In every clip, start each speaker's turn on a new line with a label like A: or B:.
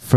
A: for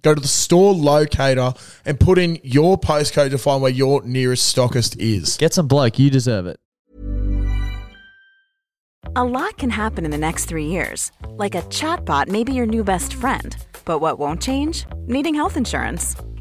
B: go to the store locator and put in your postcode to find where your nearest stockist is.
A: Get some bloke. You deserve it.
C: A lot can happen in the next three years. Like a chatbot may be your new best friend. But what won't change? Needing health insurance.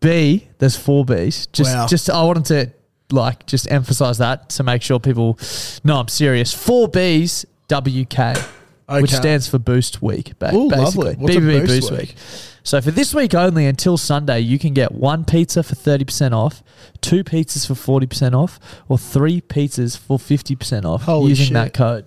A: B, there's four B's. Just,
B: Wow.
A: just I wanted to like just emphasize that to make sure people know I'm serious. Four B's WK, which
B: Okay.
A: stands for Boost Week. Ba-
B: Ooh,
A: basically,
B: lovely. What's a
A: BBB
B: Boost
A: Boost,
B: Week?
A: week? So for this week only, until Sunday, you can get one pizza for thirty percent off, two pizzas for forty percent off, or three pizzas for fifty percent off
B: Holy
A: using
B: shit.
A: that code.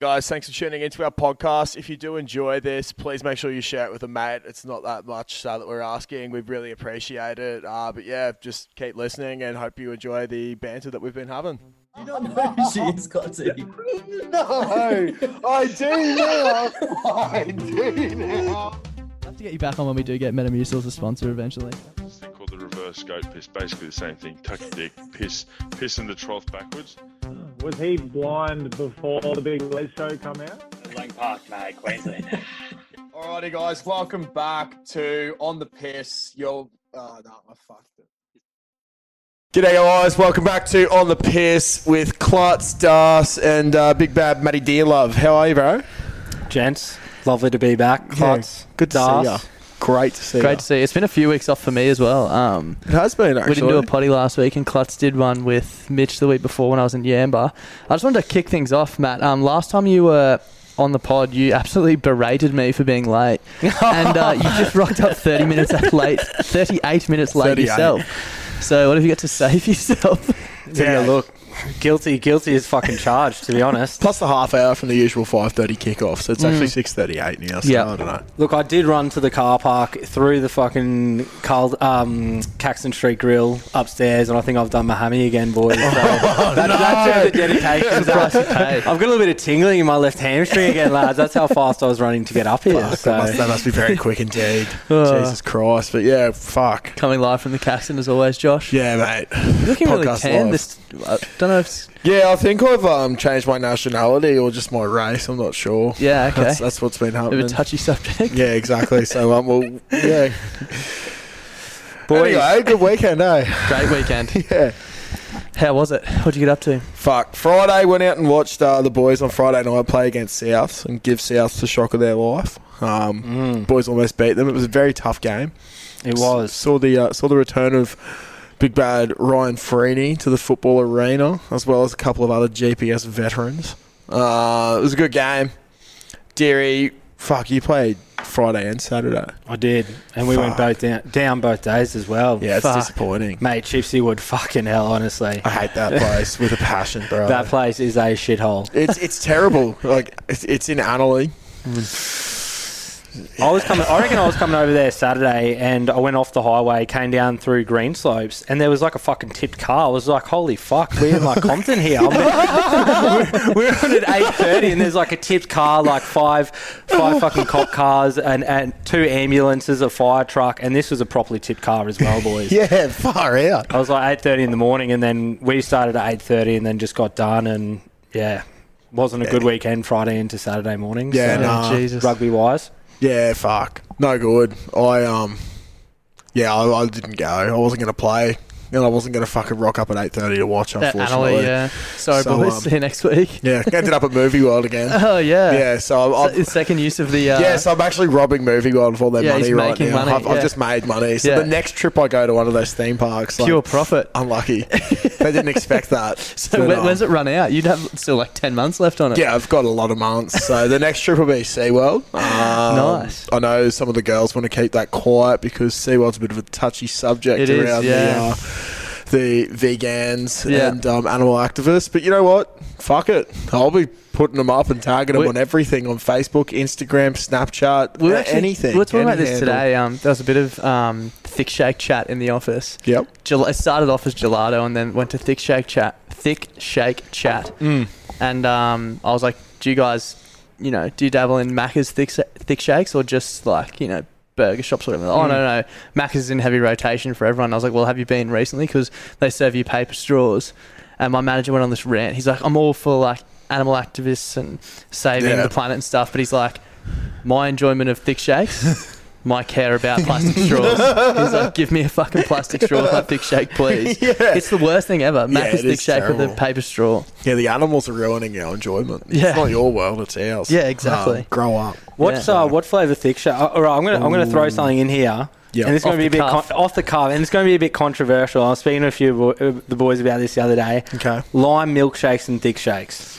D: Guys, thanks for tuning into our podcast. If you do enjoy this, please make sure you share it with a mate. It's not that much uh, that we're asking. We really appreciate it. Uh, but yeah, just keep listening and hope you enjoy the banter that we've been having.
E: she is Cotty.
D: I do now. I do now.
E: I have to get you back on when we do get Metamucil as a sponsor eventually.
F: this thing called the reverse goat piss. Basically the same thing. Tuck your dick, piss, piss in the trough backwards.
G: Was he blind before the big Les show come out?
H: Lang Park, no, Queensland.
D: Alrighty, guys, welcome back to On the Piss. You're. Oh, no, I fucked it. G'day, guys. Welcome back to On the Piss with Klutz, Das, and uh, Big Bad Matty Dearlove. How are you, bro?
I: Gents, lovely to be back. Clutz,
D: Good to see ya.
I: Das.
D: Great to see
J: Great to see. It's been a few weeks off for me as well. Um,
D: It has been,
J: we
D: actually.
J: didn't do a potty last week, and Klutz did one with Mitch the week before when I was in Yamba. I just wanted to kick things off, Matt. Um, last time you were on the pod, you absolutely berated me for being late, and uh, you just rocked up 30 minutes late, 38 minutes late
D: 38.
J: yourself. So what have you got to say for yourself?
I: Yeah. look, guilty, guilty is fucking charged, to be honest.
D: Plus the half hour from the usual 5.30 kickoff, so it's actually 6.38 now, so
J: Yeah.
D: I don't know.
I: Look, I did run to the car park through the fucking Carl, um, Caxton Street Grill upstairs, and I think I've done my hammy again, boys. So that, That's where the dedication's
J: Price you
I: at.
J: pay.
I: I've got a little bit of tingling in my left hamstring again, lads. That's how fast I was running to get up here.
D: Fuck,
I: so.
D: that, must, that must be very quick indeed. Jesus Christ, but yeah, fuck.
J: Oh. Coming live from the Caxton as always, Josh.
D: Yeah, mate.
J: You're looking really
D: Podcast
J: tan.
D: live.
J: This, I don't know if it's
D: Yeah, I think I've um, changed my nationality or just my race. I'm not sure.
J: Yeah, okay.
D: That's, that's what's been
J: a bit
D: happening.
J: of a touchy subject.
D: yeah, exactly. So, um, well, yeah.
I: Boys.
D: Anyway, good weekend, eh?
J: Great weekend.
D: Yeah.
A: How was it? What'd you get up to?
B: Fuck. Friday went out and watched uh, the boys on Friday night play against Souths and give Souths the shock of their life. Um, Boys almost beat them. It was a very tough game.
I: mm, It was.
B: saw the uh, saw the return of big bad Ryan Freeney to the football arena, as well as a couple of other GPS veterans. Uh, it was a good game. Deary, fuck, you played Friday and Saturday.
I: I did, and we went both
B: Fuck.
I: down, down both days as well.
B: Yeah, it's
I: Fuck.
B: disappointing.
I: mate. Chipsy Wood, fucking hell, honestly.
B: I hate that place with a passion, bro.
I: That place is a shithole.
B: It's it's terrible. Like it's, it's in Annalee.
I: I was coming. I reckon I was coming over there Saturday, and I went off the highway, came down through green slopes, and there was like a fucking tipped car. I was like, "Holy fuck, we're in like Compton here." I'm we're, we're on at eight thirty, and there's like a tipped car, like five, five fucking cop cars, and, and two ambulances, a fire truck, and this was a properly tipped car as well, boys.
B: Yeah, far out.
I: I was like eight thirty in the morning, and then we started at eight thirty, and then just got done, and yeah, wasn't a good weekend Friday into Saturday morning.
B: Yeah,
I: so,
B: nah.
A: Jesus.
I: rugby wise.
B: Yeah, fuck. No good. I um, yeah, I, I didn't go. I wasn't gonna play, and I wasn't gonna fucking rock up at eight thirty to watch.
A: That
B: Unfortunately,
A: Annalie, yeah. Sorry,
B: So,
A: boys.
B: um,
A: See you next week.
B: yeah. Ended up at Movie World again.
A: Oh yeah.
B: yeah, so I'm,
A: So,
B: I'm
A: the second use of the. Uh,
B: yeah, so I'm actually robbing Movie World of all their
A: Yeah,
B: money
A: he's
B: right
A: making
B: now.
A: money,
B: I've, I've
A: yeah.
B: just made money. So
A: Yeah.
B: the next trip I go to one of those theme parks, like,
A: pure profit.
B: unlucky. they didn't expect that.
A: So when, when's it run out? You'd have still like ten months left on it.
B: um, Yeah, I've got a lot of months. So the next trip will be SeaWorld. Um,
A: Nice.
B: I know some of the girls want to keep that quiet because SeaWorld's a bit of a touchy subject
A: It is,
B: around
A: yeah.
B: the, uh, the vegans
A: Yeah.
B: and um, animal activists. But you know what? Fuck it. I'll be putting them up and tagging them
A: We-
B: on everything on Facebook, Instagram, Snapchat,
A: We were
B: a-
A: actually,
B: anything.
A: We were talking about
B: any
A: this
B: handle.
A: today. Um, there was a bit of um, thick shake chat in the office.
B: Yep.
A: Gel- it started off as gelato and then went to thick shake chat. Thick shake chat. And um, I was like, do you guys, you know, do you dabble in Macca's thick sa- thick shakes or just like you know burger shops or whatever? Oh no no, Macca's is in heavy rotation for everyone. I was like, well, have you been recently? Because they serve you paper straws. And my manager went on this rant. He's like, I'm all for like animal activists and saving
B: Yeah.
A: the planet and stuff, but he's like, my enjoyment of thick shakes. My care about plastic straws. He's like, give me a fucking plastic straw with my thick shake, please.
B: Yeah.
A: It's the worst thing ever. Macca's
B: it
A: thick
B: is
A: shake with
B: terrible.
A: a paper straw.
B: Yeah, the animals are ruining our enjoyment.
A: Yeah.
B: It's not your world, it's ours.
A: Yeah, exactly.
B: Um, grow up.
I: What's
A: Yeah.
I: uh, what flavour thick shake? Uh, all right, I'm gonna I'm gonna throw something in here.
B: Yeah.
I: and it's
A: Off
I: gonna be a
A: the
I: bit con-
A: cuff.
I: off the cuff, and it's gonna be a bit controversial. I was speaking to a few bo- uh, the boys about this the other day.
B: Okay.
I: Lime milkshakes and thick shakes.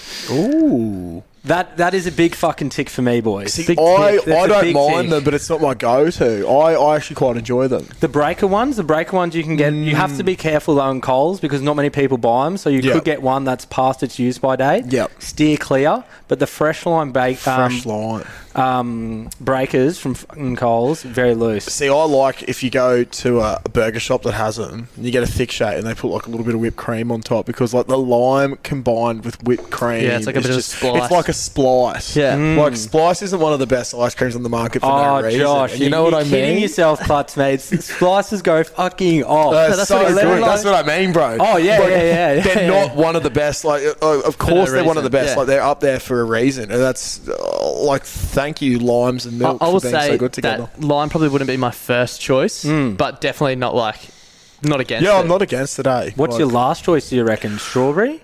B: Ooh.
I: That that is a big fucking tick for me, boys.
B: See,
I: Big
B: I,
I: tick. That's
B: I
I: a
B: don't
I: big
B: mind
I: tick.
B: them, but it's not my go-to. I, I actually quite enjoy them.
I: The breaker ones, the breaker ones you can get. You have to
B: Mm.
I: be careful on Coles because not many people buy them. So you
B: Yep.
I: could get one that's past its use by date.
B: Yep.
I: Steer clear. But the fresh lime bake um,
B: Fresh line.
I: um, breakers from fucking Coles very loose.
B: See, I like if you go to a, a burger shop that has them, and you get a thick shake, and they put like a little bit of whipped cream on top because like the lime combined with whipped cream.
A: Yeah, it's like a
B: is
A: bit of a
B: just-
A: splice.
B: It's like a splice.
A: Yeah. Mm.
B: like splice isn't one of the best ice creams on the market for
I: Oh,
B: no reason.
I: Josh,
B: And you know what
I: you're
B: I
I: Kidding
B: mean?
I: yourself, Klutz, mate. S- Slices go fucking off.
B: Uh,
A: that's
B: so
A: what I
B: good.
A: mean, like-
B: that's what I mean, bro.
I: Oh, yeah, yeah, yeah, yeah,
B: They're
I: yeah.
B: not one of the best. Like, uh, of course, they're one of the
A: reason,
B: best.
A: yeah.
B: Like, they're up there for a reason, and that's uh, like, thank you, limes and milk
A: I, I will
B: for being
A: say
B: so good together. Mm.
A: that lime probably wouldn't be my first choice, but definitely not like, not against.
B: yeah, I'm
A: it.
B: not against eh? today.
I: What's your last choice? Do you reckon strawberry?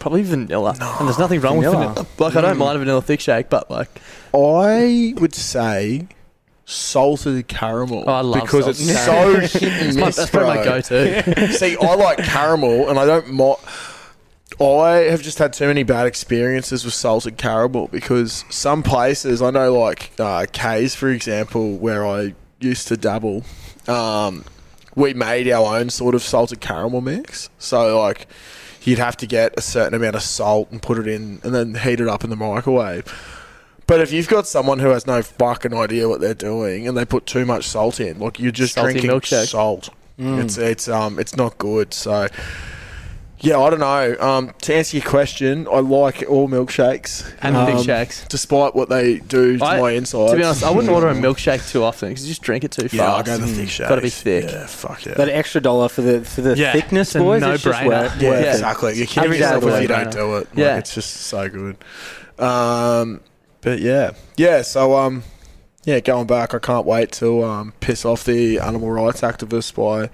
A: Probably vanilla. and there's nothing wrong
I: Vanilla.
A: with vanilla. Like
B: Mm.
A: I don't mind a vanilla thick shake, but like
B: I would say salted caramel.
A: Oh, I love
B: because
A: salted
B: it's
A: caramel.
B: so hit and
A: it's my,
B: miss,
A: that's
B: bro.
A: probably my go-to.
B: See, I like caramel, and I don't. Mo- I have just had too many bad experiences with salted caramel because some places I know, like uh, K's, for example, where I used to dabble. Um, we made our own sort of salted caramel mix, so like you'd have to get a certain amount of salt and put it in, and then heat it up in the microwave. But if you've got someone who has no fucking idea what they're doing and they put too much salt in, like you're just
A: Salty
B: drinking
A: milkshake. Mm.
B: salt. It's it's um it's not good. So yeah, I don't know. Um, to answer your question, I like all milkshakes
A: And
B: um,
A: thick shakes.
B: despite what they do to my insides.
A: To be honest, I wouldn't order a milkshake too often because you just drink it too
B: Hmm. yeah, I
A: fast.
B: go the thick shakes.
A: Got to be thick.
B: Yeah, fuck yeah.
I: That extra dollar for the for the
A: Yeah.
I: thickness,
A: It's a
I: boys. it's just
A: no-brainer.
I: worth,
B: yeah,
I: worth it.
B: exactly. You're kidding
I: Every
B: yourself
I: day of
B: if
I: the
B: you
I: week.
B: don't do it. Like,
A: Yeah.
B: it's just so good. Um, but yeah, yeah. So um, yeah, going back, I can't wait to um, piss off the animal rights activists by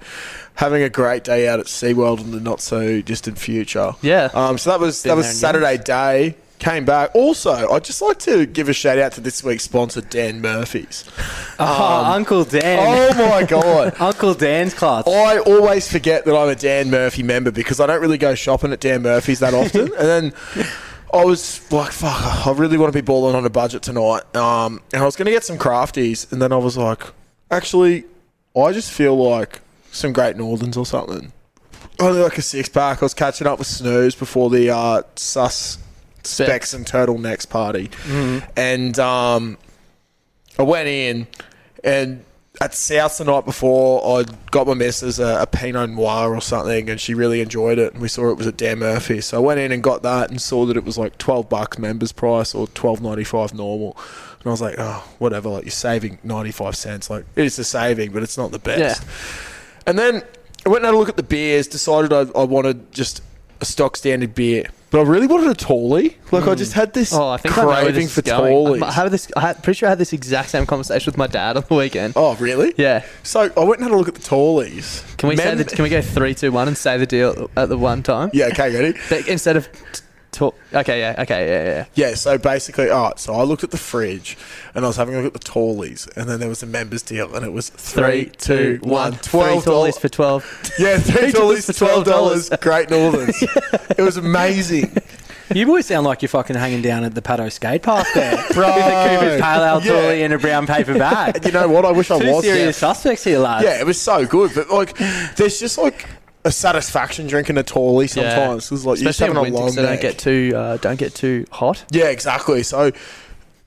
B: having a great day out at SeaWorld in the not so distant future.
A: Yeah.
B: Um, so that was
A: Been
B: that
A: there
B: was
A: and
B: Saturday day. Came back. Also, I'd just like to give a shout out to this week's sponsor, Dan Murphy's.
I: Oh,
B: Um,
I: Uncle Dan.
B: Oh my god.
I: Uncle Dan's class.
B: I always forget that I'm a Dan Murphy member because I don't really go shopping at Dan Murphy's that often. and then I was like, fuck, I really want to be balling on a budget tonight. Um, and I was going to get some crafties. And then I was like, actually, I just feel like some Great Northerns or something. Only like a six pack. I was catching up with Snooze before the uh, Sus Specs and Turtlenecks party.
D: Mhm.
B: And um, I went in and at South the night before, I got my missus a, a Pinot Noir or something, and she really enjoyed it. And we saw it was at Dan Murphy, so I went in and got that, and saw that it was like twelve bucks members price or twelve ninety five normal. And I was like, oh, whatever, like you're saving ninety five cents. Like it is a saving, but it's not the best. And then I went and had a look at the beers, decided I, I wanted just a stock standard beer, but I really wanted a tallie. Like I just had this
A: oh, I think I know where
B: craving
A: this
B: for
A: is going.
B: tallies.
A: I had this. I had, pretty sure I had this exact same conversation with my dad on the weekend.
B: Oh, really?
A: Yeah.
B: So I went and had a look at the tallies.
A: Can we
B: Mem-
A: say the, Can we go three, two, one, and say the deal at the one time?
B: Yeah. Okay. Ready?
A: instead of. T- talk. Okay. Yeah. Okay. Yeah. Yeah.
B: Yeah, so basically, all right, so I looked at the fridge and I was having a look at the tallies, and then there was a members deal, and it was three, two, one,
A: Three tallies
B: twelve dollars.
A: for twelve.
B: Yeah,
A: Three
B: three tallies
A: tallies
B: for
A: for
B: twelve dollars. Great Northerns. It was amazing.
I: You boys sound like you're fucking hanging down at the Paddo skate park there.
B: Bro.
I: With a Cooper's Pale Ale
B: Yeah.
I: Tully and a brown paper bag.
B: You know what? I wish I
I: Two
B: was there.
I: serious suspects here, lads.
B: Yeah, it was so good, but like, there's just like a satisfaction drinking a tallie sometimes. It was like you're just
A: Especially
B: having
A: in winter,
B: a long
A: so don't
B: neck.
A: get too uh, don't get too hot.
B: Yeah, exactly. So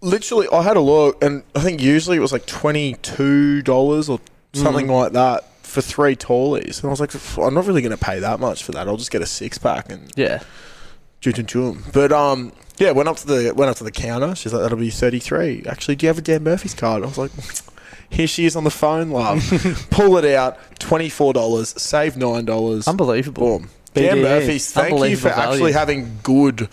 B: literally, I had a look, and I think usually it was like twenty two dollars or something
A: Mhm.
B: like that for three tallies, and I was like, "F- I'm not really going to pay that much for that. I'll just get a six pack and
A: yeah,
B: choo choo choo. But um, yeah, went up to the went up to the counter. She's like, that'll be thirty three. Actually, do you have a Dan Murphy's card? I was like. Here she is on the phone, love. Pull it out. Twenty four dollars. Save nine dollars.
A: Unbelievable.
B: Boom. Dan
A: BDE.
B: Murphy's. Thank you for
A: E Unbelievable value.
B: actually having good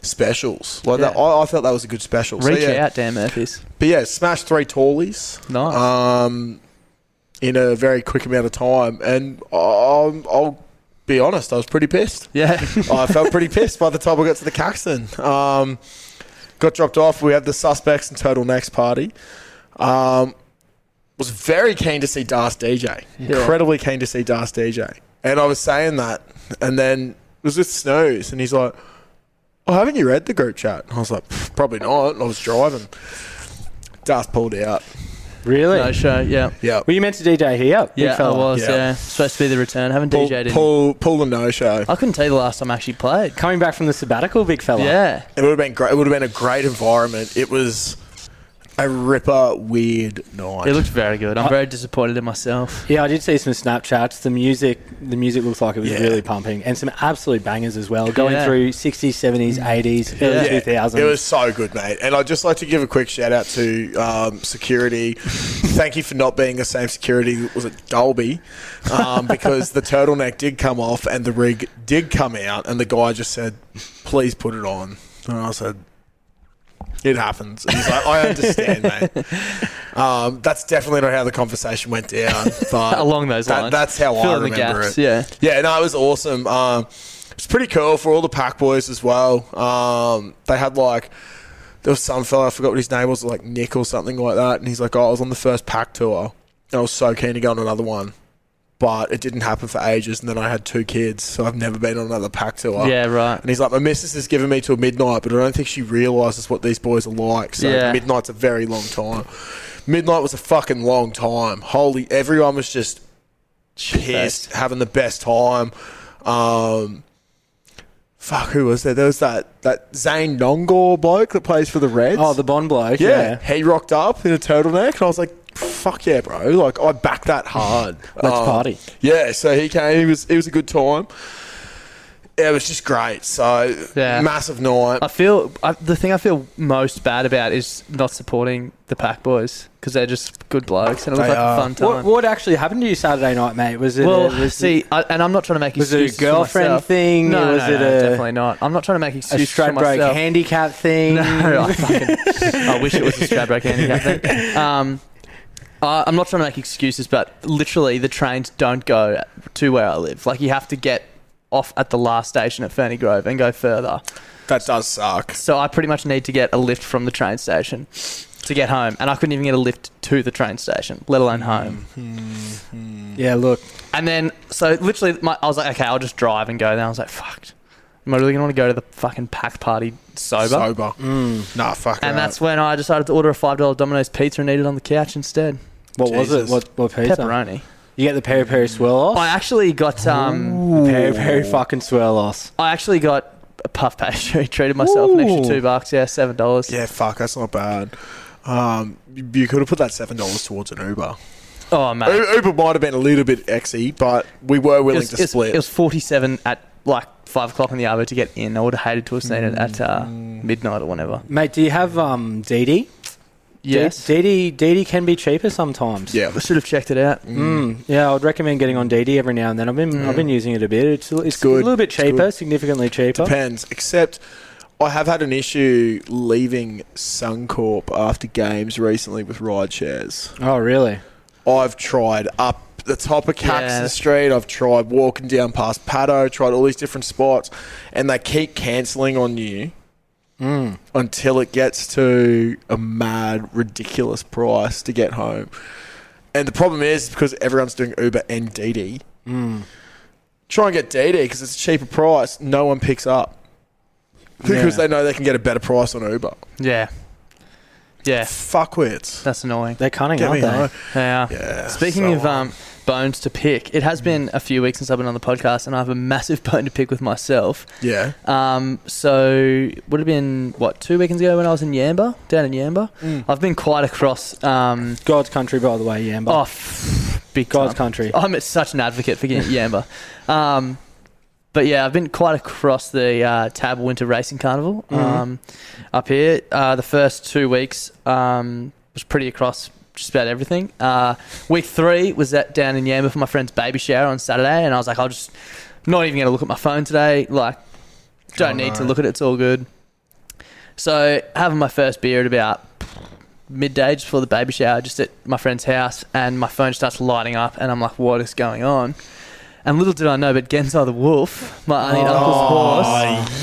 B: specials. Like that,
A: Yeah.
B: I, I thought that was a good special.
A: Reach
B: so, yeah.
A: out, Dan Murphy's.
B: But yeah, smashed three tallies.
A: Nice.
B: Um, in a very quick amount of time, and um, I'll be honest, I was pretty pissed.
A: Yeah,
B: I felt pretty pissed by the time I got to the Caxton. Um, got dropped off. We had the suspects and turtlenecks party. Um, was very keen to see Das DJ.
D: Yeah.
B: Incredibly keen to see Das DJ. And I was saying that, and then it was with Snooze, and he's like, "Oh, haven't you read the group chat?" And I was like, "Pff, "Probably not." And I was driving. Das pulled out.
I: Really?
A: No show. Yeah.
B: Yeah.
I: Were you meant to DJ here? Big
A: Yeah, I
I: fella.
A: was. Yeah. supposed to be the return. Haven't
I: Pull-
A: DJ'd.
B: Pull, pull the no show.
A: I couldn't tell you the last time I actually played.
I: Coming back from the sabbatical, big fella.
A: Yeah.
B: It would have been great. It would have been a great environment. It was a ripper weird night.
A: It looked very good. I'm very disappointed in myself.
I: Yeah, I did see some Snapchats. The music, the music looks like it was
B: Yeah.
I: really pumping, and some absolute bangers as well. Going
B: Yeah.
I: through 60s, 70s, 80s, early
B: Yeah.
I: 2000s.
B: It was so good, mate. And I'd just like to give a quick shout out to um, security. Thank you for not being the same security. that Was it Dolby? Um, because the turtleneck did come off and the rig did come out, and the guy just said, "Please put it on." And I said, "It happens." And he's like, "I understand, mate." Um, that's definitely not how the conversation went down, but
A: Along those
B: that-
A: lines.
B: that's how I
A: Fill in the
B: remember
A: gaps,
B: it.
A: yeah.
B: Yeah, no, it was awesome. Um, it's pretty cool for all the pack boys as well. Um, they had like there was some fella I forgot what his name was, like Nick or something like that, and he's like, "Oh, I was on the first pack tour. And I was so keen to go on another one." But it didn't happen for ages, and then I had two kids, so I've never been on another pack tour.
A: Yeah, right.
B: And he's like, "My missus has given me till midnight, but I don't think she realizes what these boys are like." So
A: Yeah.
B: midnight's a very long time. Midnight was a fucking long time. Holy, everyone was just pissed, having the best time. Um, fuck, who was there? There was that that Zane Nongor bloke that plays for the Reds. Oh, the
I: Bond bloke.
B: Yeah, he rocked up in a turtleneck, and I was like, "Fuck yeah, bro!" Like I backed that hard. Um,
I: Let's party.
B: Yeah, so he came. He was it was a good time. it was just great. So massive night.
A: I feel I, the thing I feel most bad about is not supporting the Pack Boys because they're just good blokes and it was
I: They
A: like
I: are.
A: a fun time.
I: What, what actually happened to you Saturday night, mate? Was it?
A: well,
I: a, was
A: see, I, and I'm not trying to make
I: was it a
A: excuses. for
I: girlfriend
A: myself.
I: thing?
A: No,
I: Was
A: no,
I: it
A: no,
I: a-
A: definitely not. I'm not trying to make
I: a
A: excuses.
I: straight
A: for
I: break
A: myself.
I: handicap thing?
A: No, I fucking- I wish it was a strap broke handicap thing. Um, I, I'm not trying to make excuses, but literally the trains don't go to where I live. Like you have to get off at the last station at Ferny Grove and go further.
B: That does suck.
A: So I pretty much need to get a lift from the train station to get home, and I couldn't even get a lift to the train station, let alone home.
I: Yeah, look.
A: And then, so literally, my, I was like, okay, I'll just drive and go. Then I was like, fucked. Am I really gonna want to go to the fucking packed party sober?
B: Sober. Mm. Nah, fuck.
A: And
B: that.
A: that's when I decided to order a five dollar Domino's pizza and eat it on the couch instead.
I: What was it? What what pizza?
A: Pepperoni.
I: You get the peri peri swirl off.
A: I actually got um,
I: Peri peri fucking swirl off.
A: I actually got a puff pastry. Treated myself an extra
B: Ooh.
A: two bucks. Yeah, seven dollars.
B: Yeah, fuck, that's not bad. Um, you- you could have put that seven dollars towards an Uber.
A: Oh man,
B: U- Uber might have been a little bit exy, but we were willing
A: it was,
B: to
A: it was-
B: split.
A: It was forty-seven at like five o'clock in the hour to get in. I would have hated to have seen it at uh,
B: Mm.
A: midnight or whenever.
I: Mate, do you have um DD?
A: Yes.
I: DD DD can be cheaper sometimes.
B: yeah,
A: I should have checked it out.
I: Mm. Yeah, I would recommend getting on DD every now and then. I've been I've been using it a bit. It's it's, a
B: good.
I: little bit
B: It's
I: cheaper,
B: good.
I: significantly cheaper.
B: depends. Except, I have had an issue leaving Suncorp after games recently with ride shares.
I: Oh, really?
B: I've tried up the top of Caxton
A: Yeah.
B: Street. I've tried walking down past Paddo. Tried all these different spots, and they keep cancelling on you
A: Hmm.
B: until it gets to a mad, ridiculous price to get home. And the problem is because everyone's doing Uber and DD.
A: Hmm.
B: Try and get DD because it's a cheaper price. No one picks up. Because
I: Yeah.
B: they know they can get a better price on Uber.
A: Yeah. Yeah.
B: Fuckwits.
A: That's annoying.
I: They're cunning,
B: Get
I: aren't
B: me
I: they?
B: home.
A: Yeah.
B: Yeah,
A: Speaking
B: so
A: of um, bones to pick, it has been a few weeks since I've been on the podcast, and I have a massive bone to pick with myself.
B: Yeah.
A: Um, so would have been what two weekends ago when I was in Yamba, down in Yamba.
B: Mm.
A: I've been quite across. Um,
I: Mm. God's country, by the way, Yamba.
A: oh, f- big
I: God's
A: time.
I: country.
A: oh, I'm such an advocate for getting Yamba. Um, but yeah, I've been quite across the uh, Tab Winter Racing Carnival um, up here. Uh, the first two weeks um, was pretty across just about everything. Uh, week three was at, down in Yamba for my friend's baby shower on Saturday, and I was like, I'll just not even going to look at my phone today. Like, don't need to look at it. It's all good. So having my first beer at about midday just before the baby shower, just at my friend's house, and my phone starts lighting up, and I'm like, what is going on? And little did I know, but Gensai the wolf, my auntie and uncle's horse,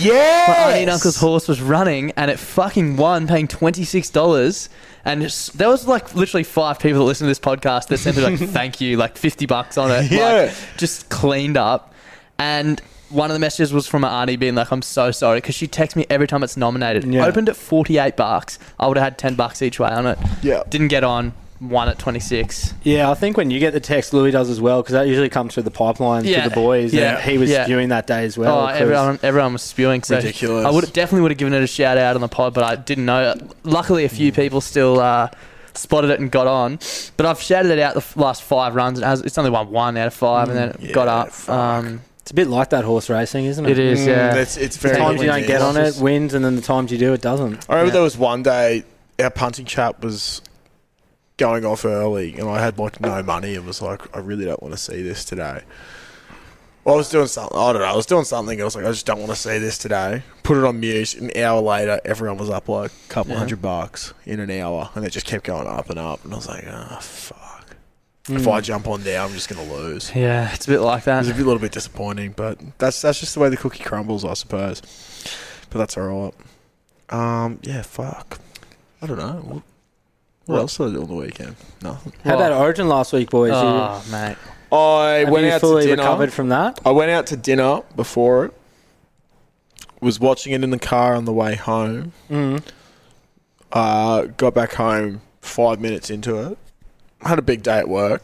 A: my auntie and uncle's horse was running, and it fucking won, paying twenty six dollars. And it's- there was like literally five people that listened to this podcast that sent me like thank you, like fifty bucks on it,
B: Yeah.
A: like just cleaned up. And one of the messages was from my auntie being like, "I'm so sorry," because she texts me every time it's nominated.
I: Yeah.
A: Opened at forty eight bucks, I would have had ten bucks each way on it.
B: Yeah.
A: didn't get on. One at twenty six.
I: Yeah, I think when you get the text, Louis does as well because that usually comes through the pipeline
A: Yeah.
I: to the boys.
A: Yeah.
I: and he was
A: Yeah.
I: spewing that day as well.
A: Oh,
I: 'cause-
A: everyone, everyone was spewing. So
B: Ridiculous.
A: I would definitely would have given it a shout out on the pod, but I didn't know. Luckily, a few people still uh, spotted it and got on. But I've shouted it out the f- last five runs. It has, it's only won one out of five, and then it got
B: yeah,
A: up.
B: fuck.
A: Um,
I: It's a bit like that horse racing, isn't it? Mm.
A: it is, yeah.
B: It's, it's
I: The
B: very
I: times you don't
B: windy.
I: get on it, wins, and then the times you do, it doesn't.
B: I remember
A: Yeah.
B: there was one day our punting chap was going off early, and I had like no money, and was like, I really don't want to see this today. Well, I was doing something. I don't know. I was doing something. I was like, I just don't want to see this today. Put it on mute. An hour later, everyone was up like a couple hundred bucks in an hour, and it just kept going up and up. And I was like, ah, fuck. If I jump on now, I'm just gonna lose. It
A: yeah, it's a bit like that.
B: was a bit- little bit disappointing, but that's that's just the way the cookie crumbles, I suppose. But that's all right. Um, yeah, fuck. I don't know. What, what else did I do on the weekend? Nothing.
I: How about Origin last week, boys? You-
A: Oh, mate.
B: I
I: have
B: went
I: you
B: out to
I: fully
B: dinner.
I: recovered from that?
B: I went out to dinner before it. Was watching it in the car on the way home.
I: Mm.
B: Mm-hmm. Uh, got back home five minutes into it. Had a big day at work.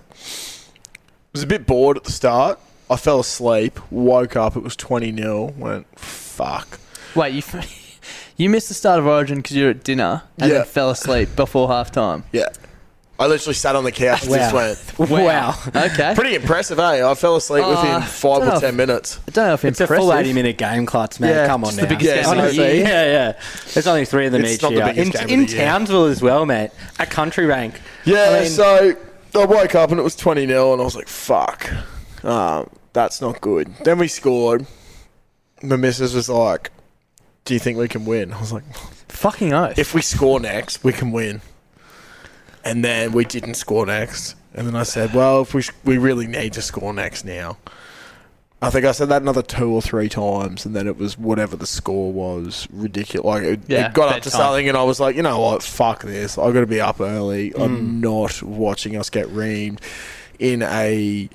B: Was a bit bored at the start. I fell asleep. Woke up. It was twenty 0 Went fuck.
A: Wait, you you missed the start of Origin because you were at dinner and
B: Yeah.
A: then fell asleep before half time.
B: Yeah. I literally sat on the couch and
A: Wow.
B: just went,
A: Wow. Okay.
B: Pretty impressive, eh? I fell asleep within
A: Uh,
B: five
A: don't know
B: or
A: if-
B: ten minutes.
A: I don't know if
I: It's a full 80 minute game, Klutz, man.
B: Yeah,
I: Come on
B: it's
I: now.
B: the biggest Yeah, game of the
I: Honestly,
B: year.
I: Yeah, yeah. There's only three of them
B: It's
I: each
B: not the
I: year.
B: biggest game
I: in
B: of
I: in
B: the year.
I: Townsville as well, mate. At country rank.
B: Yeah,
I: I mean-
B: so I woke up and it was 20 0, and I was like, fuck, um, that's not good. Then we scored. My missus was like, do you think we can win? I was like,
A: fucking oath.
B: If we score next, we can win. And then we didn't score next. And then I said, well, if we, sh- we really need to score next now. I think I said that another two or three times, and then it was whatever the score was ridiculous. Like it,
K: Yeah,
B: it got up to
K: bedtime.
B: something, and I was like, you know what, fuck this. I've got to be up early. I'm not watching us get reamed in a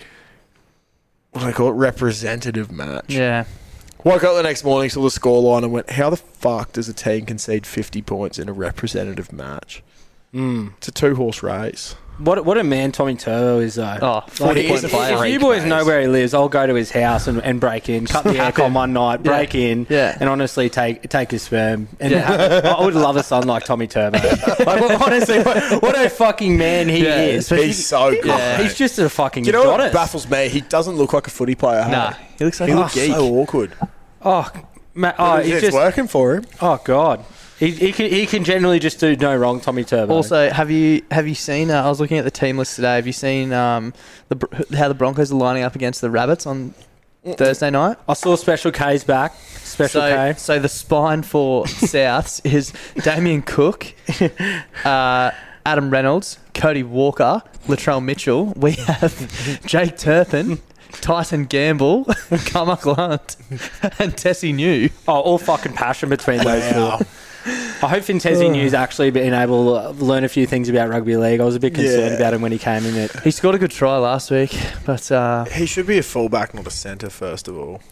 B: what do I call it representative match.
A: Yeah.
B: Woke up the next morning, saw the scoreline, and went, "How the fuck does a team concede 50 points in a representative match?
I: Mm.
B: It's a two-horse race."
I: What, what a man Tommy Turbo is, though.
A: Oh,
I: Like,
B: 40
I: if,
B: point
I: if
B: player.
I: you boys know where he lives, I'll go to his house and, and break in, cut the aircon one night, break in,
A: Yeah.
I: and honestly take take his sperm. And
A: Yeah.
I: I- I would love a son like Tommy Turbo. Like, what- honestly, what, what a fucking man he
B: Yeah.
I: is. But
B: He's so good,
I: Yeah.
B: mate.
I: He's just a fucking
B: Do you know what
I: goddess.
B: baffles me? He doesn't look like a footy player. hey?
I: Nah.
B: he looks
I: like a geek.
B: so awkward.
I: Oh, ma- oh,
B: It's
I: he's just
B: working for him.
I: Oh God, he, he can he can generally just do no wrong, Tommy Turbo.
A: Also, have you have you seen? Uh, I was looking at the team list today. Have you seen um, the Bro- how the Broncos are lining up against the Rabbits on Thursday night?
I: I saw Special K's back. Special
A: so,
I: K.
A: So the spine for Souths is Damien Cook, uh, Adam Reynolds, Cody Walker, Latrell Mitchell. We have Jake Turpin, Tyson Gamble, Carmack Lunt, and Tessie New.
I: Oh, all fucking passion between those four. I hope Fintesi News actually been able to learn a few things about rugby league. I was a bit concerned
B: Yeah.
I: about him when he came in. It.
A: He scored a good try last week, but uh,
B: He should be a fullback, not a centre. First of all,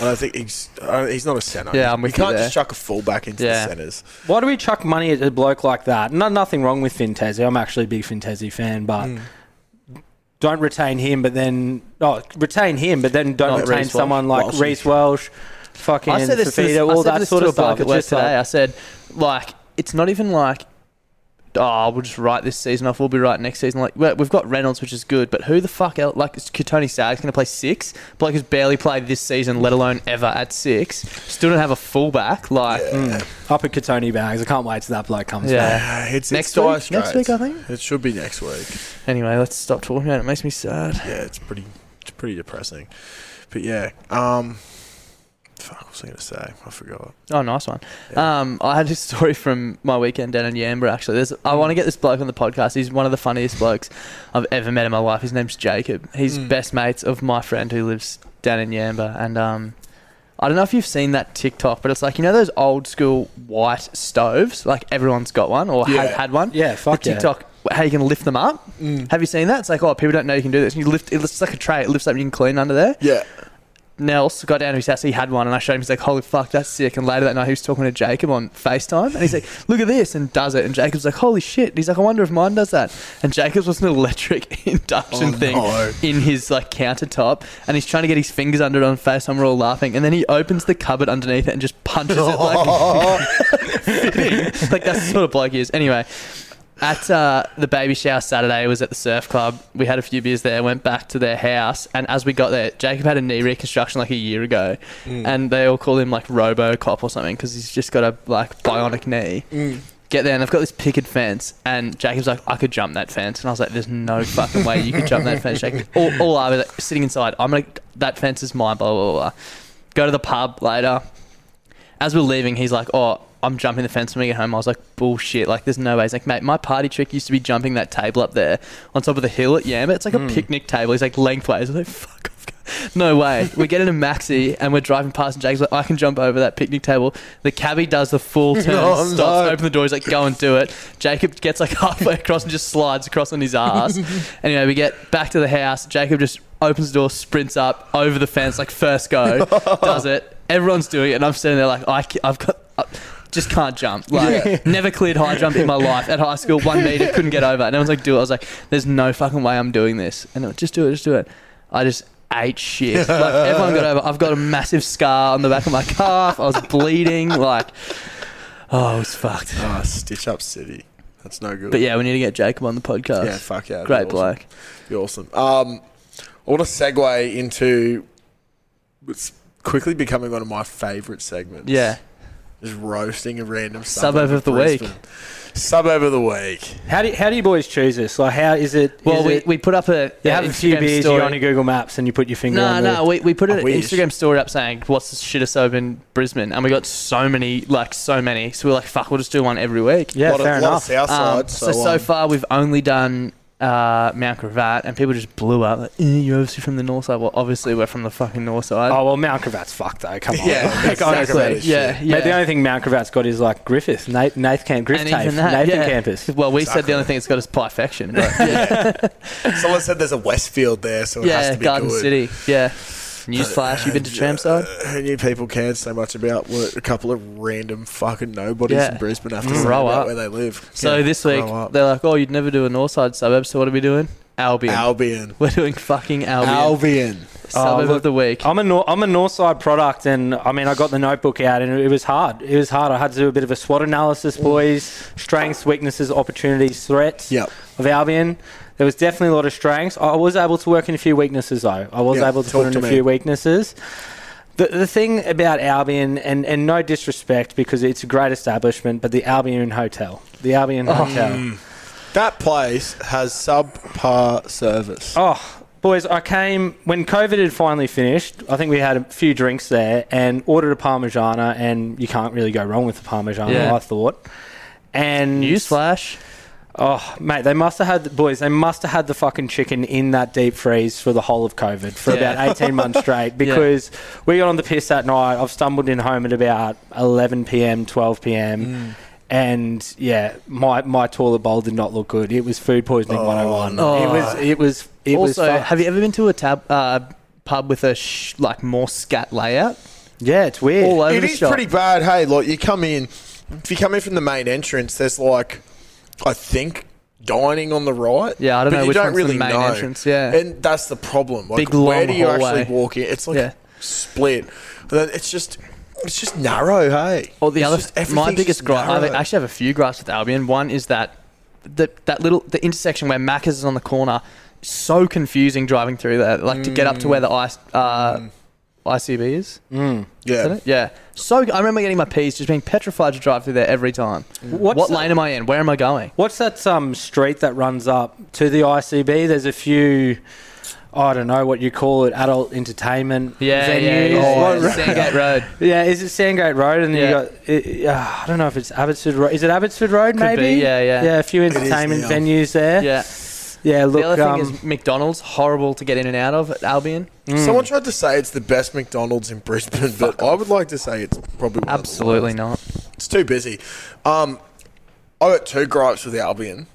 B: I don't think he's uh, he's not a centre.
A: Yeah, I'm with
B: you can't
A: you
B: just
A: there.
B: chuck a fullback into
A: Yeah.
B: the centres.
I: Why do we chuck money at a bloke like that? No, nothing wrong with Fintesi. I'm actually a big Fintesi fan, but don't retain him. But then, oh, retain him, but then don't
A: Not
I: retain
A: Reece Walsh.
I: someone
B: Welsh.
I: like Reese Welsh, fucking
A: I said this to
I: Fafita,
A: this,
I: all
A: I said
I: that
A: this
I: sort
A: to a
I: of
A: bloke
I: stuff.
A: at
I: It's
A: work
I: just like-
A: today. I said, like, it's not even like, oh, we'll just write this season off. We'll be right next season. Like, we- we've got Reynolds, which is good, but who the fuck else? Like, is Tony Sags going to play six? Bloke has barely played this season, let alone ever at six. Still don't have a fullback. Like,
I: Mm. Up at Katoni Bags. I can't wait till that bloke comes
A: Yeah.
I: back.
B: Uh, it's
A: Next
B: it's dire
A: week? Next
B: straits.
A: week, I think?
B: it should be next week.
A: anyway, let's stop talking about it. It makes me sad.
B: Yeah, it's pretty it's pretty depressing. But yeah, um, fuck, what was I gonna say? I forgot.
A: Oh, nice one. Um, I had a story from my weekend down in Yamba, actually. There's, I want to get this bloke on the podcast. He's one of the funniest blokes I've ever met in my life. His name's Jacob. He's
I: Hmm.
A: best mates of my friend who lives down in Yamba. And um, I don't know if you've seen that TikTok, but it's like, you know those old school white stoves? Like everyone's got one or had,
B: Yeah.
A: had one?
I: Yeah, fuck
A: the
I: yeah.
A: TikTok, how you can lift them up. Have you seen that? It's like, oh, people don't know you can do this. And you lift, it looks like a tray. It lifts up and you can clean under there.
B: Yeah,
A: Nels got down to his house. He had one, and I showed him. He's like, "Holy fuck, that's sick!" And later that night, he was talking to Jacob on Facetime, and he's like, "Look at this," and does it. And Jacob's like, "Holy shit!" And he's like, "I wonder if mine does that." And Jacob's was an electric induction
B: Oh,
A: thing
B: no.
A: in his like countertop, and he's trying to get his fingers under it on Facetime. We're all laughing, and then he opens the cupboard underneath it and just punches it like, like that's the sort of bloke he is. Anyway. At uh, the baby shower Saturday was at the surf club. We had a few beers there, went back to their house, and as we got there, Jacob had a knee reconstruction like a year ago, and they all call him like RoboCop or something because he's just got a like bionic knee. Get there, and I've got this picket fence, and Jacob's like, I could jump that fence, and I was like, There's no fucking way you could jump that fence, Jacob. All, all I was like, sitting inside, I'm like, that fence is mine, blah blah blah. blah. Go to the pub later, as we're leaving, he's like, "Oh, I'm jumping the fence when we get home." I was like, "Bullshit! Like, there's no way." He's like, "Mate, my party trick used to be jumping that table up there on top of the hill at Yamba. It's like
B: Hmm.
A: a picnic table." He's like, "Lengthways." I was like, "Fuck off." guy." No way. we get in a maxi and we're driving past, and Jake's like, "I can jump over that picnic table." The cabbie does the full turn,
B: Oh,
A: stops,
B: no.
A: open the door. He's like, "Go and do it." Jacob gets like halfway across and just slides across on his ass. anyway, we get back to the house. Jacob just opens the door, sprints up over the fence like first go, does it. Everyone's doing it, and I'm sitting there like I, ca- I've got. I just can't jump. Like, never cleared high jump in my life. At high school, one meter, couldn't get over. it. And everyone's like, "Do it." I was like, "There's no fucking way I'm doing this." And they went, just do it, just do it. I just ate shit. Like, everyone got over. I've got a massive scar on the back of my calf. I was bleeding. Like, oh, it was fucked.
B: Ah, Stitch Up City. That's no good.
A: But yeah, we need to get Jacob on the podcast.
B: Yeah, fuck yeah. that'd be
A: Great
B: awesome.
A: bloke.
B: You're awesome. Um, I want to segue into it's quickly becoming one of my favourite segments.
A: Yeah.
B: Just roasting a random
A: Suburb
B: suburb
A: of the week.
B: Suburb of the week.
I: How do, how do you boys choose this? Like, how is it?
A: Well,
I: is
A: we,
I: it-
A: we put up a a
I: You have a few
A: Instagram
I: beers,
A: story.
I: you're on your Google Maps, and you put your finger
A: No,
I: on
A: no,
I: the...
A: we, we put an
I: wish.
A: Instagram story up saying what's the shittest open in Brisbane, and we got so many, like so many. So we're like, fuck, we'll just do one every week.
I: Yeah, Lot of- fair lot of enough. south
A: Um,
I: sides,
A: so
I: so,
A: so
I: um,
A: far we've only done uh, Mount Cravat, and people just blew up. Like, "Eh, you're obviously from the north side. Well, obviously we're from the fucking north side.
I: Oh well, Mount Cravat's fucked though. Come on,
A: Yeah,
I: Like, I know
A: exactly.
I: Cravath is
A: Yeah,
I: shit.
A: yeah.
I: Mate, the only thing Mount Cravat's got is like Griffith, Nath, Nath Camp, Griffith,
A: and even that,
I: Nathan
A: yeah.
I: Campus.
A: Well, we said the only thing it's got is piefaction. But
B: Someone said there's a Westfield there, so it has
A: yeah,
B: to be
A: Garden
B: good.
A: City. Yeah. Newsflash, you've been to Tramside?
B: Uh, Who knew people cared so much about what a couple of random fucking nobodies in Brisbane have to
A: Mm.
B: say
A: Grow
B: about
A: up.
B: where they live?
A: So
B: Yeah,
A: this week
B: grow up.
A: they're like, "Oh, you'd never do a north side suburb." So what are we doing? Albion.
B: Albion.
A: We're doing fucking Albion.
B: Albion.
A: Suburb
I: Oh,
A: of the week.
I: I'm a Nor- I'm a Northside product, and I mean I got the notebook out, and it was hard. It was hard. I had to do a bit of a SWOT analysis, boys.
A: Mm.
I: Strengths, weaknesses, opportunities, threats. Of Albion, there was definitely a lot of strengths. I was able to work in a few weaknesses though. I was
B: Yeah,
I: able to
B: talk
I: put in
B: to
I: a
B: me.
I: few weaknesses. The, the thing about Albion, and, and no disrespect because it's a great establishment, but the Albion Hotel. The Albion Hotel.
B: Mm. That place has subpar service.
I: Oh, boys, I came when COVID had finally finished. I think we had a few drinks there and ordered a parmigiana, and you can't really go wrong with the parmigiana.
A: Yeah.
I: I thought. And
A: newsflash.
I: Oh mate, they must have had the boys. They must have had the fucking chicken in that deep freeze for the whole of COVID for
A: Yeah.
I: about eighteen months straight. Because we got on the piss that night. I've stumbled in home at about eleven p.m., twelve p.m.
A: Mm.
I: And yeah, my my toilet bowl did not look good. It was food poisoning one hundred and one. It was it was it was.
A: Oh, also,
I: fucked.
A: have you ever been to a tab, uh, pub with a sh- like more scat layout?
I: Yeah, it's weird.
A: All over
B: It
A: the
B: is
A: shop.
B: pretty bad. Hey, like you come in, if you come in from the main entrance, there's like, I think dining on the right.
A: Yeah, I don't
B: but
A: know
B: you
A: which
B: don't
A: one's the
B: really
A: main
B: know.
A: entrance, yeah.
B: and that's the problem. Like,
A: Big,
B: where
A: long
B: do you
A: hallway.
B: actually walk in? It's like
A: Yeah.
B: split. And then It's just, it's just narrow. Hey,
A: Or the
B: It's
A: other,
B: just- everything's
A: my
B: just
A: biggest gripe.
B: narrow.
A: I actually have a few gripes with Albion. One is that the, that little the intersection where Macca's is on the corner, so confusing driving through there. Like to get up to where the ice, uh, ICB is.
I: Mm.
B: Yeah.
A: Is that it? Yeah. So I remember getting my P's just being petrified to drive through there every time.
I: What's
A: what
I: that-
A: lane am I in? Where am I going?
I: What's that um, street that runs up to the ICB? There's a few, I don't know what you call it, adult entertainment
A: Yeah,
I: venues.
A: yeah, yeah,
I: What
A: oh, yeah.
I: ro-
A: Sandgate Road.
I: yeah, is it Sandgate Road? And
A: Yeah.
I: you got, it, uh, I don't know if it's Abbotsford Road. Is it Abbotsford Road?
A: Could
I: maybe.
A: be, yeah, yeah.
I: Yeah, a few
A: It is
I: entertainment
A: now.
I: venues there.
A: Yeah.
I: yeah. Look,
A: the other
I: um,
A: thing is McDonald's horrible to get in and out of at Albion.
B: Someone
A: Mm.
B: tried to say it's the best McDonald's in Brisbane, but I would like to say it's probably one of the
A: Absolutely
B: worst.
A: not.
B: It's too busy. Um, I got two gripes with Albion.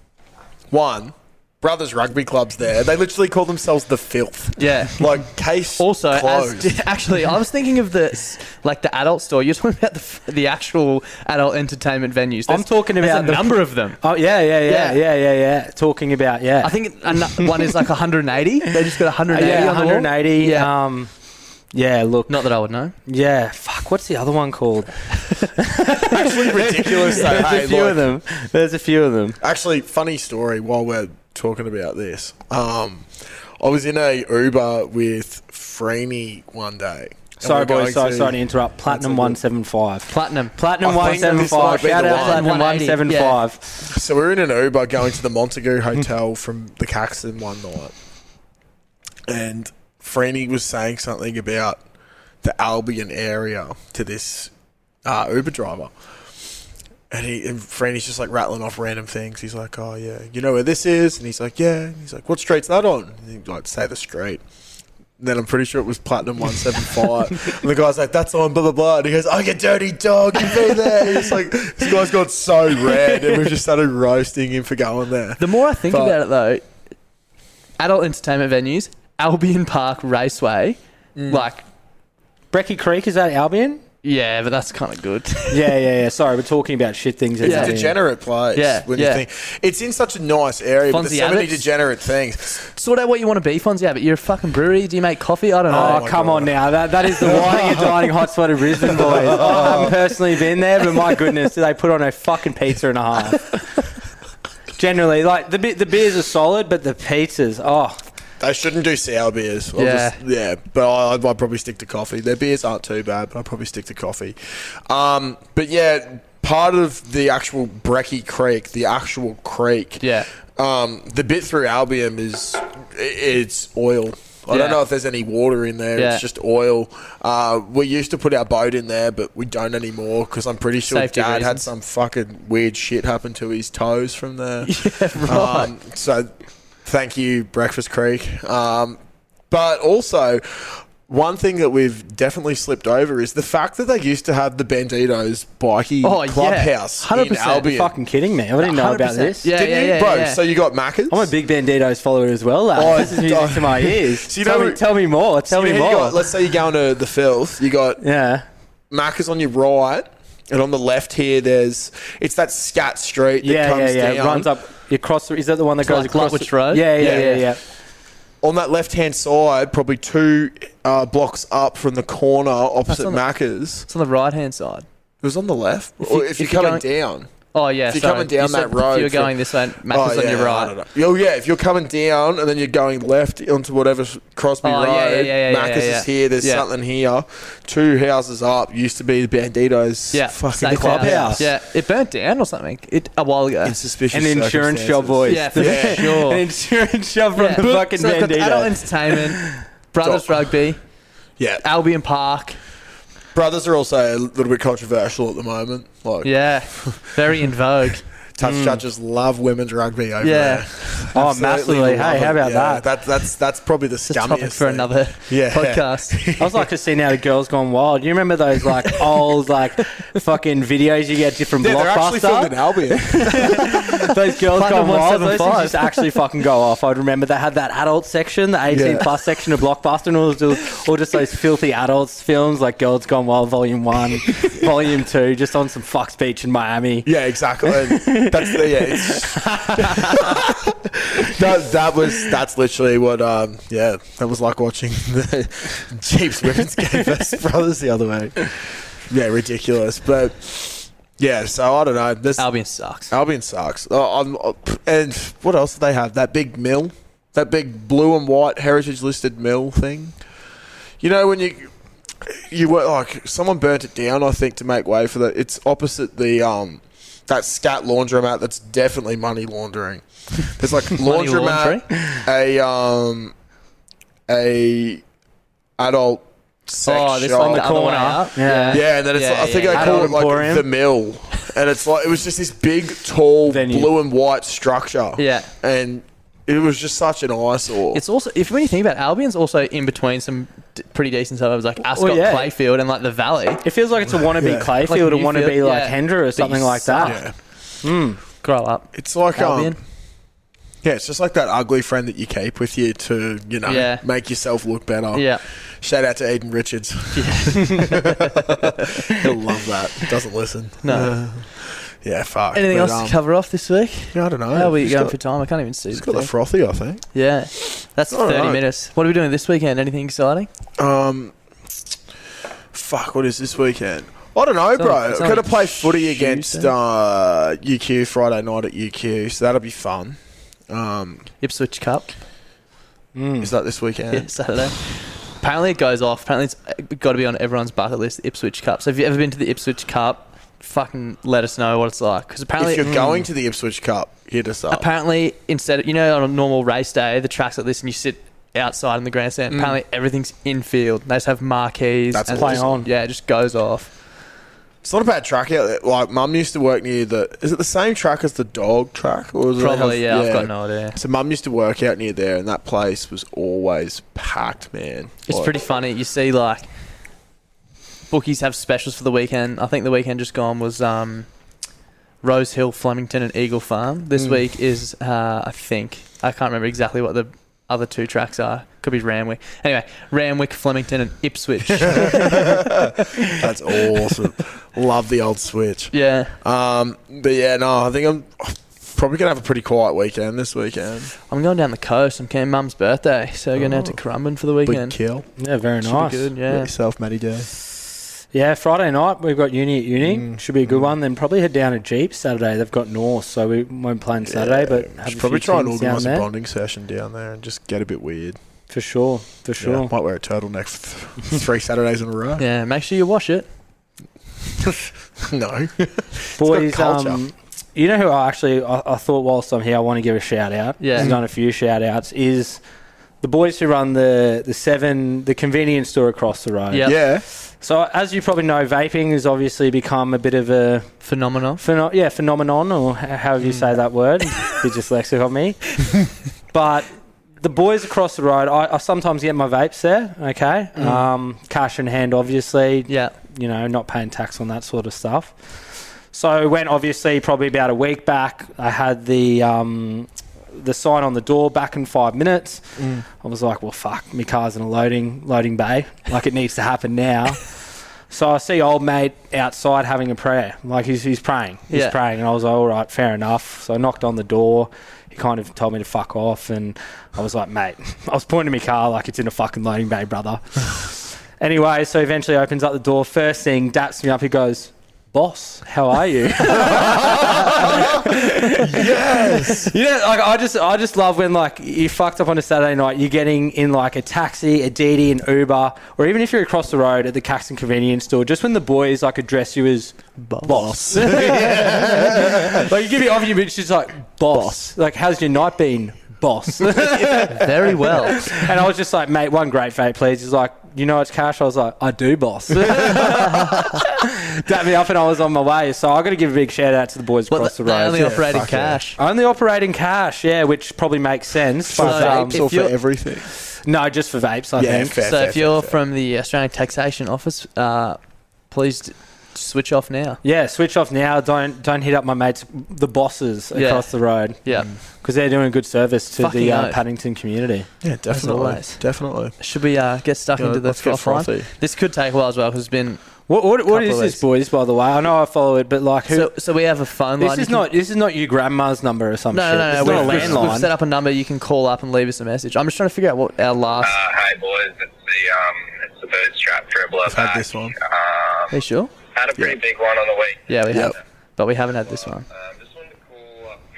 B: One, Brothers Rugby Club's there. They literally call themselves the filth.
A: Yeah.
B: Like case
A: Also,
B: closed.
A: as, actually, I was thinking of the s- like the adult store. You're talking about the, f- the actual adult entertainment venues.
I: I'm talking
A: there's a
I: about the-
A: number of them.
I: Oh yeah, yeah, yeah,
A: Yeah.
I: yeah, yeah, yeah. Talking about yeah. Uh,
A: I think an- one is like 180. They just got 180
I: yeah,
A: on the wall.
I: 180. Yeah. Um, yeah, look.
A: Not that I would know.
I: Yeah, fuck. What's the other one called?
B: actually ridiculous. though,
I: There's
B: hey,
I: a few
B: like-
I: of them. There's a few of them.
B: Actually, funny story while we're talking about this. Um, I was in a Uber with Freeney one day. and
I: Sorry,
B: we're going
I: boys. Sorry,
B: to-
I: sorry to interrupt. Platinum one seven five.
A: Platinum.
I: Platinum
B: I
I: one
B: think
I: seven
B: this might
I: five.
B: be
I: Shout
B: the
I: out
B: one.
I: Platinum one seven
A: 180,
I: five.
B: So we are in an Uber going to the Montague Hotel from the Caxton one night, and Franny was saying something about the Albion area to this uh, Uber driver, and he and Franny's just like rattling off random things. He's like, "Oh yeah, you know where this is," and he's like, "Yeah," and he's like, "What street's that on?" And he'd like say the street. And then I'm pretty sure it was Platinum 175. and the guy's like, that's on, blah, blah, blah. And he goes, oh, you dirty dog, you've been there. And it's like, this guy's got so red. And we've just started roasting him for going there.
A: The more I think
B: But-
A: about it, though, adult entertainment venues, Albion Park Raceway, like
I: Brecky Creek is that Albion?
A: yeah, but that's kind of good.
I: Yeah, yeah, yeah. Sorry, we're talking about shit things. in
B: It's
A: Yeah.
B: a
I: Albion.
B: degenerate place.
A: Yeah,
B: When
A: yeah.
B: you think it's in such a nice area, but
A: Fonzie
B: there's so many
A: Abbott's?
B: degenerate things.
A: sort out what you want to be, Fonzie. Yeah, but you're a fucking brewery. Do you make coffee? I don't know.
I: Oh, come on now. That, that is the whining and dining hotspot of Brisbane, boys. I haven't personally been there, but my goodness, do they put on a fucking pizza and a half? Generally, like the be- the beers are solid, but the pizzas, oh,
B: They shouldn't do sour beers. I'll
I: Yeah.
B: just- yeah. But I, I'd, I'd probably stick to coffee. Their beers aren't too bad, but I'd probably stick to coffee. Um, but yeah, part of the actual Brecky Creek, the actual creek.
A: Yeah.
B: Um, the bit through Albion is i- it's oil. I
A: Yeah.
B: don't know if there's any water in there.
A: Yeah.
B: It's just oil. Uh, we used to put our boat in there, but we don't anymore because I'm pretty sure
A: Safety
B: Dad had
A: reasons.
B: some fucking weird shit happen to his toes from there.
A: right.
B: Um, so, thank you, Breakfast Creek. Um, but also, one thing that we've definitely slipped over is the fact that they used to have the Banditos bikey
I: Oh, yeah.
B: clubhouse in
I: 100%.
B: Albion.
I: You're fucking kidding me. I didn't know about
B: 100%.
I: this.
B: Yeah,
I: Didn't
B: yeah,
I: you?
B: yeah,
I: Bro,
B: yeah.
I: so
B: you got Maccas?
I: I'm a big Banditos follower as well, lad.
B: Oh,
I: this is music to my ears.
B: So you
I: tell,
B: know-
I: me, tell me more. Tell
B: So
I: me
B: you know
I: more.
B: you got- let's say you're going to the filth. You got
I: yeah.
B: Maccas on your right, and on the left here, there's it's that scat street. That
I: yeah,
B: comes
I: yeah, yeah.
B: Down.
I: It runs up across. The, is that the one that
B: It's
I: goes
B: like
I: across
B: Lutwich
I: the-
B: Road?
I: Yeah, yeah,
B: Yeah.
I: yeah, yeah.
B: on that left hand side, probably two uh, blocks up from the corner opposite
A: on the-
B: Macca's. It's
A: on the right hand side.
B: It was on the left.
A: If
B: If,
A: you-
B: if, you're
A: if you're
B: coming
A: going-
B: down.
A: Oh, yeah,
B: If you're
A: sorry.
B: coming down
A: You said
B: that
A: if you
B: road.
A: were
B: for-
A: going this way, Macca's on
B: yeah,
A: your right.
B: I don't know. Oh yeah, if you're coming down and then you're going left onto whatever s- Crosby
A: Oh,
B: Road,
A: yeah, yeah, yeah, yeah,
B: Macca's
A: yeah, yeah.
B: is here. There's
A: Yeah.
B: something here. Two houses up used to be the Banditos.
A: Yeah,
B: fucking
A: safe house.
B: clubhouse.
A: Yeah, it burnt down or something it, a while ago. In
B: suspicious
I: An insurance shop, boys.
A: Yeah, for
I: The-
A: sure.
I: An insurance shop from
A: Yeah.
I: the fucking
A: so they've got
I: Bandito.
A: Adult entertainment, brothers rugby.
B: Yeah,
A: Albion Park.
B: Brothers are also a little bit controversial at the moment. Like,
A: Yeah, very in vogue.
B: Touch
A: Mm.
B: judges love women's rugby over
A: Yeah.
B: there.
A: Oh,
B: Absolutely
A: massively.
B: love
A: Hey, how
B: it.
A: about that?
B: That's that's that's probably the
I: a topic
B: scummiest
I: for
B: thing.
I: another
B: yeah.
I: I was like to see now the girls gone wild. You remember those like old like fucking videos you get from
B: Yeah, they're actually filmed in
I: Blockbuster?
B: Albion.
I: those girls
B: Platinum
I: gone wild. Those things
B: 175.
I: used to actually fucking go off. I'd remember they had that adult section, the eighteen
B: Yeah.
I: plus section of Blockbuster, and all just, all just those filthy adults films like Girls Gone Wild Volume One, Volume Two, just on some fucks beach in Miami.
B: Yeah, exactly. And that's the, yeah. It's, that, that was that's literally what um yeah that was like watching the Chiefs women's game versus brothers the other way. Yeah, ridiculous. But yeah, so I don't know. This,
A: Albion sucks.
B: Albion sucks. Oh, I'm, oh, pff, and what else do they have? That big mill, that big blue and white heritage listed mill thing. You know when you you were like someone burnt it down, I think, to make way for that. It's opposite the um that scat laundromat. That's definitely money laundering. There's like
A: Money
B: laundromat, a um a adult. Sex
A: Oh, this
B: shop.
A: one the other way up? Yeah.
B: yeah. and then it's
A: Yeah,
B: like, I think
A: yeah,
B: I
A: yeah.
B: call it
A: Adult
B: like
A: Emporium.
B: the mill, and it's like it was just this big, tall, blue and white structure.
A: Yeah.
B: and it was just such an eyesore.
A: It's also if when you think about it, Albion's also in between some d- pretty decent suburbs like Ascot,
I: yeah.
A: Clayfield, and like the Valley.
I: It feels like it's a wannabe Clayfield or wannabe like Hendra or something like that.
A: Grow up.
B: It's like
A: Albion.
B: um, yeah, it's just like that ugly friend that you keep with you to you know
A: Yeah.
B: make yourself look better.
A: Yeah.
B: Shout out to Eden Richards. He'll love that. Doesn't listen.
A: No.
B: Uh, yeah, fuck.
A: Anything
B: But,
A: else
B: um,
A: to cover off this week?
B: Yeah, I don't know.
A: How are we
B: Just
A: going
B: got-
A: for time? I can't even see.
B: It's
A: the
B: got the
A: thing.
B: frothy, I think.
A: Yeah, that's
B: All
A: thirty
B: right.
A: minutes. What are we doing this weekend? Anything exciting?
B: Um, fuck. What is this weekend? I don't know,
A: It's on-
B: bro. I'm
A: it's on
B: gonna play footy against
A: Tuesday.
B: uh, UQ Friday night at UQ, so that'll be fun. Um,
A: Ipswich Cup. Hmm.
B: Is that this weekend?
A: Yeah, Saturday. Apparently it goes off. Apparently it's uh, got to be on everyone's bucket list. the Ipswich Cup. So if you've ever been to the Ipswich Cup, fucking let us know what it's like. Because apparently
B: if you're going
A: Mm.
B: to the Ipswich Cup, hit us up.
A: Apparently, instead, you know, on a normal race day, the track's like this, and you sit outside in the grandstand.
B: Mm.
A: Apparently, everything's in field. They just have marquees.
B: That's
A: and
B: awesome.
A: just- Yeah, it just goes off.
B: It's not a bad track out there. Like, mum used to work near the. Is it the same track as the dog track? Or is it-
A: Probably, yeah, I've got no idea.
B: So, mum used to work out near there, and that place was always packed, man.
A: It's
B: Like-
A: pretty funny. You see, like, bookies have specials for the weekend. I think the weekend just gone was um, Rose Hill, Flemington, and Eagle Farm. This
I: Mm.
A: week is, uh, I think, I can't remember exactly what the other two tracks are. Could be Ramwick. Anyway, Ramwick, Flemington, and Ipswich.
B: That's awesome. Love the old Switch.
A: Yeah.
B: Um, but yeah, no, I think I'm probably gonna have a pretty quiet weekend this weekend.
A: I'm going down the coast. I'm getting mum's
I: Oh.
A: birthday, so we're going down to Currumbin for the weekend.
B: kill.
I: Yeah, very
A: Should be
I: nice.
A: good, yeah.
B: yourself, Matty Day.
I: Yeah, Friday night we've got uni at uni.
B: Mm.
I: Should be a good one. Then probably head down to Jeep Saturday. They've got North, so we won't play on Saturday. but have
B: should
I: a
B: probably
I: few
B: try and
I: things down
B: organise a
I: there.
B: bonding session down there and just get a bit weird.
I: For sure, for sure.
B: might wear a turtleneck for th- three Saturdays in a row.
A: Yeah, make sure you wash it.
B: no.
I: Boys, um, you know who I actually I, I thought whilst I'm here I want to give a shout out.
A: Yeah.
I: He's done a few shout outs. Is the boys who run the the seven the convenience store across the road.
A: Yep. Yeah.
I: So as you probably know, vaping has obviously become a bit of a
A: phenomenon.
I: Pheno- yeah, phenomenon or h- however you say that word. You're dyslexic on me. but the boys across the road, I, I sometimes get my vapes there. Okay,
A: Mm.
I: um, cash in hand, obviously. Yeah, you know, not paying tax on that sort of stuff. So when obviously probably about a week back, I had the um, the sign on the door back in five minutes.
L: Mm.
I: I was like, well, fuck, my car's in a loading loading bay. Like it needs to happen now. So I see old mate outside having a prayer. Like he's he's praying. He's
A: Yeah.
I: praying, and I was like, all right, fair enough. So I knocked on the door. He kind of told me to fuck off, and I was like, mate, I was pointing my car like it's in a fucking loading bay, brother. anyway, so eventually opens up the door. First thing, daps me up. He goes, boss, how are you? yes. You know, like I just, I just love when like you fucked up on a Saturday night. You're getting in like a taxi, a DD, an Uber, or even if you're across the road at the Caxton convenience store. Just when the boys like address you as boss, like you give your off your bitch, she's like boss. Like, how's your night been, boss?
A: Very well.
I: And I was just like, mate, one great vape, please. He's like, you know it's cash. I was like, I do, boss. Dapped me up and I was on my way. So I got to give a big shout out to the boys across the
A: they
I: road.
A: only
I: Yeah,
A: operate in
I: fuck yeah.
A: cash.
I: Only operating cash, yeah, which probably makes sense.
A: So
I: but, um,
A: if Or for you're-
B: everything?
I: No, just for vapes, I think.
A: so if you're from the Australian Taxation Office, uh, please d- switch off now.
I: Yeah, switch off now. Don't don't hit up my mates, the bosses
A: Yeah.
I: across the road.
A: Yeah,
I: because they're doing good service to
A: Fucking
I: the uh,
A: oath.
I: Paddington community.
B: Yeah, definitely.
A: always.
B: Definitely.
A: Should we uh, get stuck
I: Yeah,
A: into the
I: let's get
A: froth line?
I: frothy.
A: This could take a while as well because it's been.
I: What what, what
A: Couple
I: is
A: of
I: this,
A: weeks.
I: boys? By the way, I know I follow it, but like who?
A: So, so we have a phone
I: this
A: line.
I: is
A: you
I: not this is not your grandma's number or
A: Can,
I: something.
A: no, no, no, no.
I: It's
A: We've,
I: not a
A: we've,
I: landline.
A: we've set up a number you can call up and leave us a message. I'm just trying to figure out what our last.
M: Uh, hey boys, it's the um, it's the bird strap dribbler.
A: I've had
M: back.
A: this one.
M: Um,
A: Are you sure?
M: had a pretty big one on the week Uh,
A: Yeah, we have, but we haven't had this one.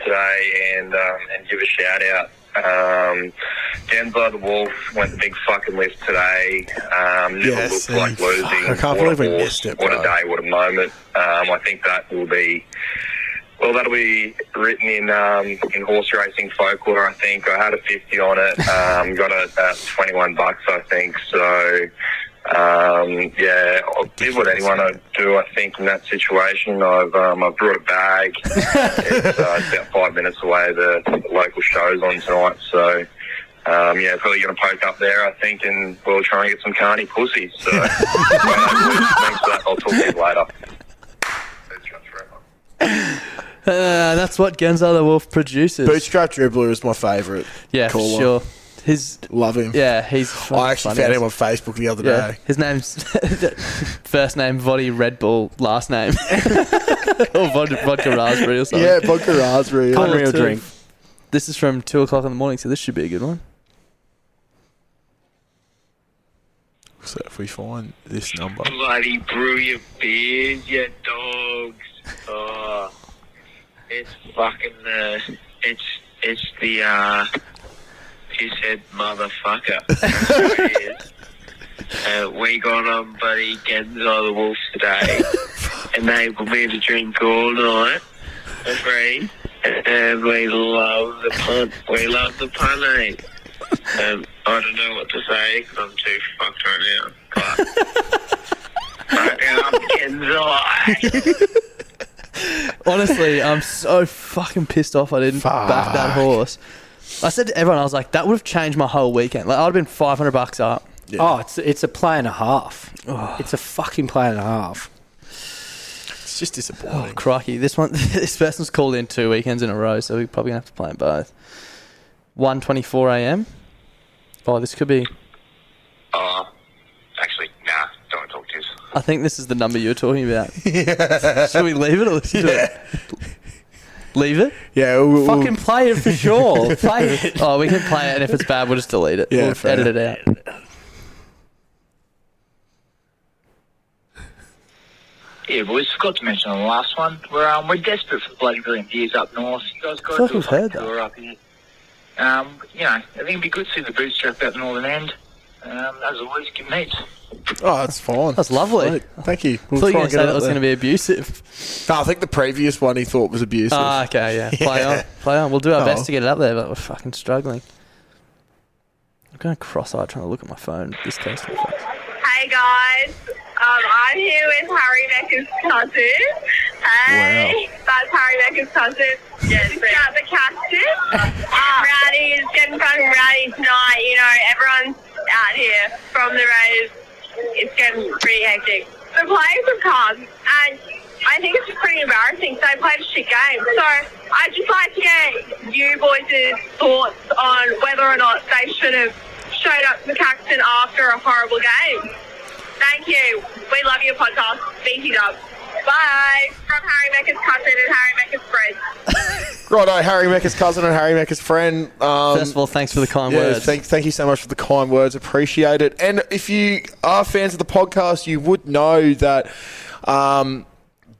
M: today, and um, and give a shout out. Um, Denzel the Wolf went the big fucking lift today. Um, never
B: Yes,
M: looked like
B: and
M: losing.
B: fuck, I can't
M: what
B: believe we
M: a horse,
B: missed it,
M: What
B: bro.
M: a day! What a moment! Um, I think that will be. Well, that'll be written in um, in horse racing folklore. I think I had a fifty on it. Um, got it at twenty one bucks, I think. So um, yeah, I'll do what anyone would do. I think in that situation, I've um, I've brought a bag. it's, uh, it's about five minutes away. The local show's on tonight, so um, yeah, probably going to poke up there. I think, and we'll try and get some carny pussy. So Well, thanks for that. I'll talk to you later.
A: Uh, that's what Genzo the Wolf produces.
B: Bootstrap dribbler is my favourite.
A: Yeah, for
B: caller.
A: sure. His
B: love him.
A: Yeah, he's.
B: I actually
A: funny
B: found
A: as-
B: him on Facebook the other
A: Yeah,
B: day.
A: his name's first name Vody Red Bull, last name or vodka, vodka raspberry or something.
B: Yeah, vodka raspberry.
A: Cool,
B: Unreal
A: too.
B: drink.
A: This is from two o'clock in the morning, so this should be a good one.
B: So if we find this number.
M: Bloody brew your beers, you dogs. Oh, it's fucking uh, it's it's the uh, he said motherfucker. That's what it is. Uh, we got on buddy Genzo the Wolf today, and they me to drink all night. Agree. And we love the pun. We love the pun, eh? Um, I don't know what to say 'cause I'm too fucked right now.
A: Honestly, I'm so fucking pissed off I didn't back that horse. I said to everyone, I was like, that would have changed my whole weekend. Like, I'd have been 500 bucks up.
I: Oh, it's it's a play and a half.
A: Oh.
I: It's a fucking play and a half.
B: It's just disappointing.
A: Oh, crikey. This one, this person's called in two weekends in a row, so we're probably going to have to play them both. 1.24 a.m. Oh, this could be...
M: Uh, actually, nah, don't talk to us.
A: I think this is the number you were talking about. Should we leave it or listen to it? Leave it?
B: Yeah, we'll,
A: fucking play it for sure. play it. Oh, we can play it, and if it's bad, we'll just delete it.
B: Yeah,
A: we'll
B: fair.
A: edit it out.
N: Yeah, but we forgot to mention on the last one. We're um, we're desperate for bloody brilliant deers up north. You guys got
A: Thought
N: to do a
A: we've heard
N: fucking tour up here. Um, you know, I think it'd be good to see the bootstrap out the northern end. Um, as always, good meets.
B: Oh, that's fine. That's
A: lovely.
B: Thank you.
A: I thought you were going to say that was going to be abusive.
B: No, I think the previous one he thought was abusive.
A: Ah, okay, yeah. Play on. Play on. We'll do our
B: Oh.
A: best to get it up there, but we're fucking struggling. I'm going cross-eyed trying to look at my phone. This case.
D: Hey guys, um, I'm here with Harry Becker's cousin. Hey, that's Harry Becker's cousin. Yes, got the cactus. Uh, Rowdy is getting fucking rowdy tonight. You know, everyone's out here from the Raiders. It's getting pretty hectic. The players have come, and I think it's pretty embarrassing. They played a shit game, so I'd just like to get you boys' thoughts on whether or not they should have showed up to Caxton after a horrible game. Thank you. We love your podcast. BT Dub. Bye. From Harry Mecker's cousin and Harry Mecker's friend.
B: Righto, Harry Mecker's cousin and Harry Mecker's friend. Um,
A: First of all, thanks for the kind
B: yeah,
A: words.
B: Thank, thank you so much for the kind words. Appreciate it. And if you are fans of the podcast, you would know that um,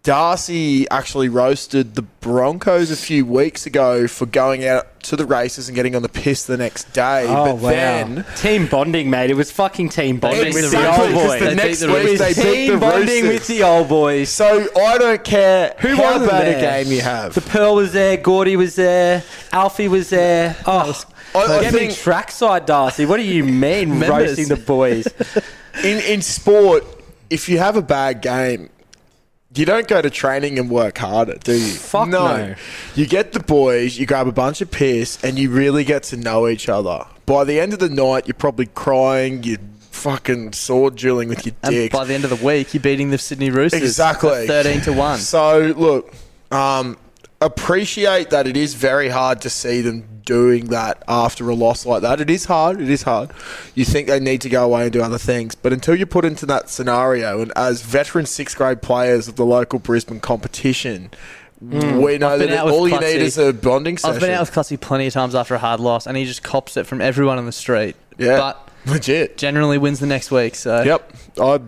B: Darcy actually roasted the Broncos a few weeks ago for going out to the races and getting on the piss the next day.
A: Oh,
B: but then
I: team bonding, mate. It was fucking team bonding with the
B: Exactly,
I: old
B: 'cause
I: boys.
B: The next week they beat the
I: team bonding
B: Roosters.
I: with the old boys.
B: So I don't care
I: who
B: how
I: won
B: bad a
I: there.
B: game you have.
I: The Pearl was there. Gordy was there. Alfie was there. Oh,
B: I
I: get me
B: think-
I: trackside, Darcy. What do you mean
B: Members.
I: roasting the boys?
B: in in sport, if you have a bad game, you don't go to training and work harder, do you? Fuck
I: no.
B: You get the boys, you grab a bunch of piss, and you really get to know each other. By the end of the night, you're probably crying. You're fucking sword dueling with your
A: And
B: dick.
A: by the end of the week, you're beating the Sydney Roosters.
B: Exactly.
A: at 13 to 1.
B: So, look, um, appreciate that it is very hard to see them doing that after a loss like that. It is hard. It is hard. You think they need to go away and do other things. But until you're put into that scenario, and as veteran sixth grade players of the local Brisbane competition, we know
A: Mm. I've been
B: that it-
A: out with
B: all you
A: Clutzy.
B: need is a bonding session.
A: I've been out with Clutzy plenty of times after a hard loss, and he just cops it from everyone on the street.
B: Yeah,
A: but
B: legit.
A: Generally wins the next week. So
B: yep, I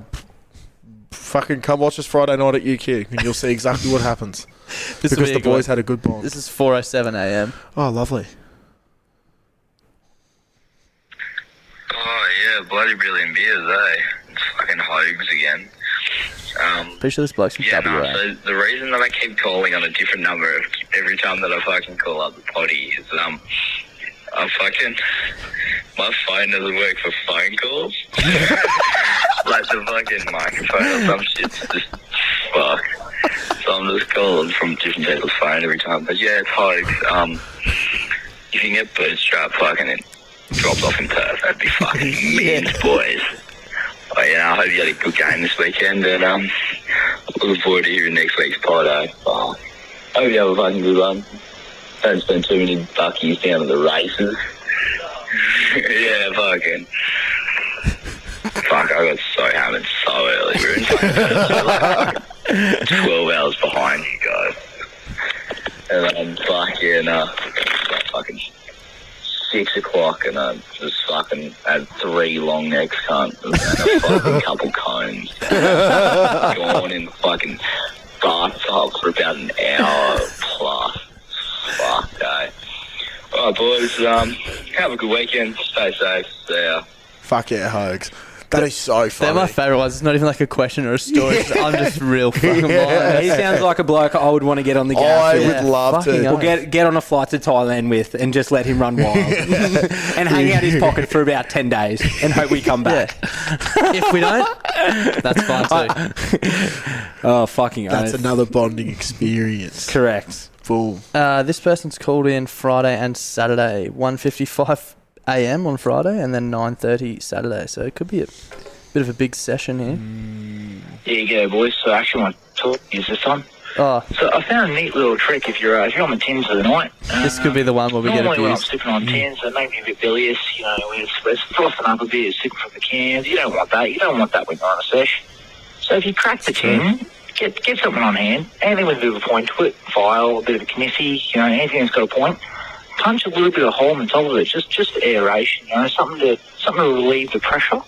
B: fucking come watch us Friday night at UQ, and you'll see exactly what happens.
A: This will
B: because
A: be
B: the
A: a good
B: boys
A: one.
B: had a good bond.
A: This is 4:07 a.m.
B: Oh, lovely.
J: Oh yeah, bloody brilliant beers, eh? It's fucking hoags again. Um,
A: Pretty sure this bloke's from
J: yeah, no,
A: WA.
J: so the reason that I keep calling on a different number every time that I fucking call up the potty is um, I fucking my phone doesn't work for phone calls. like the fucking microphone or some shit's just fuck. So I'm just calling from different people's phone every time. But yeah, it's hoax. Um, if you can get bootstrap fucking it dropped off in Perth, that'd be fucking means, boys. Oh, yeah, I hope you had a good game this weekend, and um, looking forward to hearing next week's pod. eh? Oh, hope you have a fucking good one. Don't spend too many buckies down at the races. yeah, fucking. Fuck, I got so hammered so early. We were in fucking- 12 hours behind you guys. And um, fuck, yeah, no. Got fucking six o'clock and I just fucking had three long necks cunt and a fucking couple cones. Gone in the fucking bathtub for about an hour plus. Fuck day. Alright boys, um, have a good weekend. Stay safe. See ya.
B: Fuck yeah, hoax. That is so
A: They're
B: funny.
A: my favourite ones. It's not even like a question or a story. It's- I'm just real fucking
I: Yeah. He sounds like a bloke I would want to get on the gas.
A: I
I: with.
A: would love to.
I: We'll get get on a flight to Thailand with and just let him run wild and hang out his pocket for about ten days and hope we come back.
A: if we don't, that's fine too.
I: oh fucking
B: That's
A: oath.
B: another bonding experience.
I: Correct.
B: Boom.
A: Uh, this person's called in Friday and Saturday, 1.55 a.m. on Friday and then 9.30 Saturday. So it could be a bit of a big session here.
N: There you go, boys. So I actually want to talk is this on.
A: Oh,
N: So I found a neat little trick if you're uh, if you're on the tins of the night.
A: this could be the one where we get
N: Normally when I'm
A: abused.
N: sipping on tins, that made me a bit bilious. You know, we're, we're frothing up a bit, sipping from the cans. You don't want that. You don't want that when you're on a sesh. So if you crack the tin, get get something on hand, anything with a bit of a point to it, file, a bit of a kniffy, you know, anything that's got a point. Punch a little bit of hole in the top of it, just just for aeration, you know, something to something to relieve the pressure.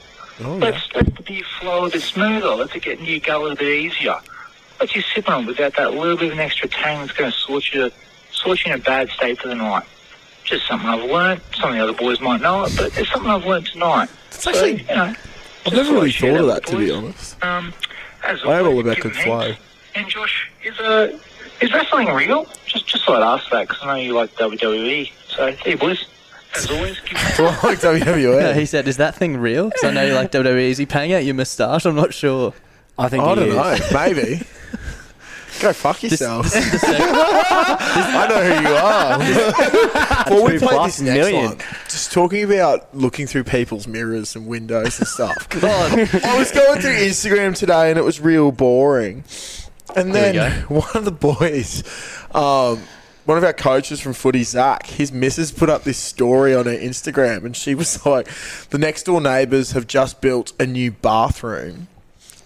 B: Oh,
N: Let's let the beer flow a bit smoother. Let's it get into your gullet a bit easier. What's you sitting on without that little bit of an extra tang that's going to sort you, sort you in a bad state for the night? Just something I've learnt. Some of the other boys might know it, but it's something I've learnt tonight. It's
B: actually-
N: you know,
B: I've never really thought of that, to be honest.
N: um, as
B: I have all
N: always,
B: about
N: give
B: good
N: me-
B: flow.
N: And Josh, is uh, is wrestling real? Just just thought I'd ask that because I know you like WWE. So hey, boys, as always, give
B: like WWE.
A: he said, "Is that thing real?" Because I know you like WWE. Is he paying out your moustache? I'm not sure. I
B: I don't know. Maybe. Go fuck yourself. I know who you are. well,
A: Two
B: we played
A: plus
B: this next
A: million.
B: one. Just talking about looking through people's mirrors and windows and stuff. I was going through Instagram today and it was real boring. And
K: There we
B: then one of the boys, um, one of our coaches from footy, Zach, his missus put up this story on her Instagram and she was like, the next door neighbours have just built a new bathroom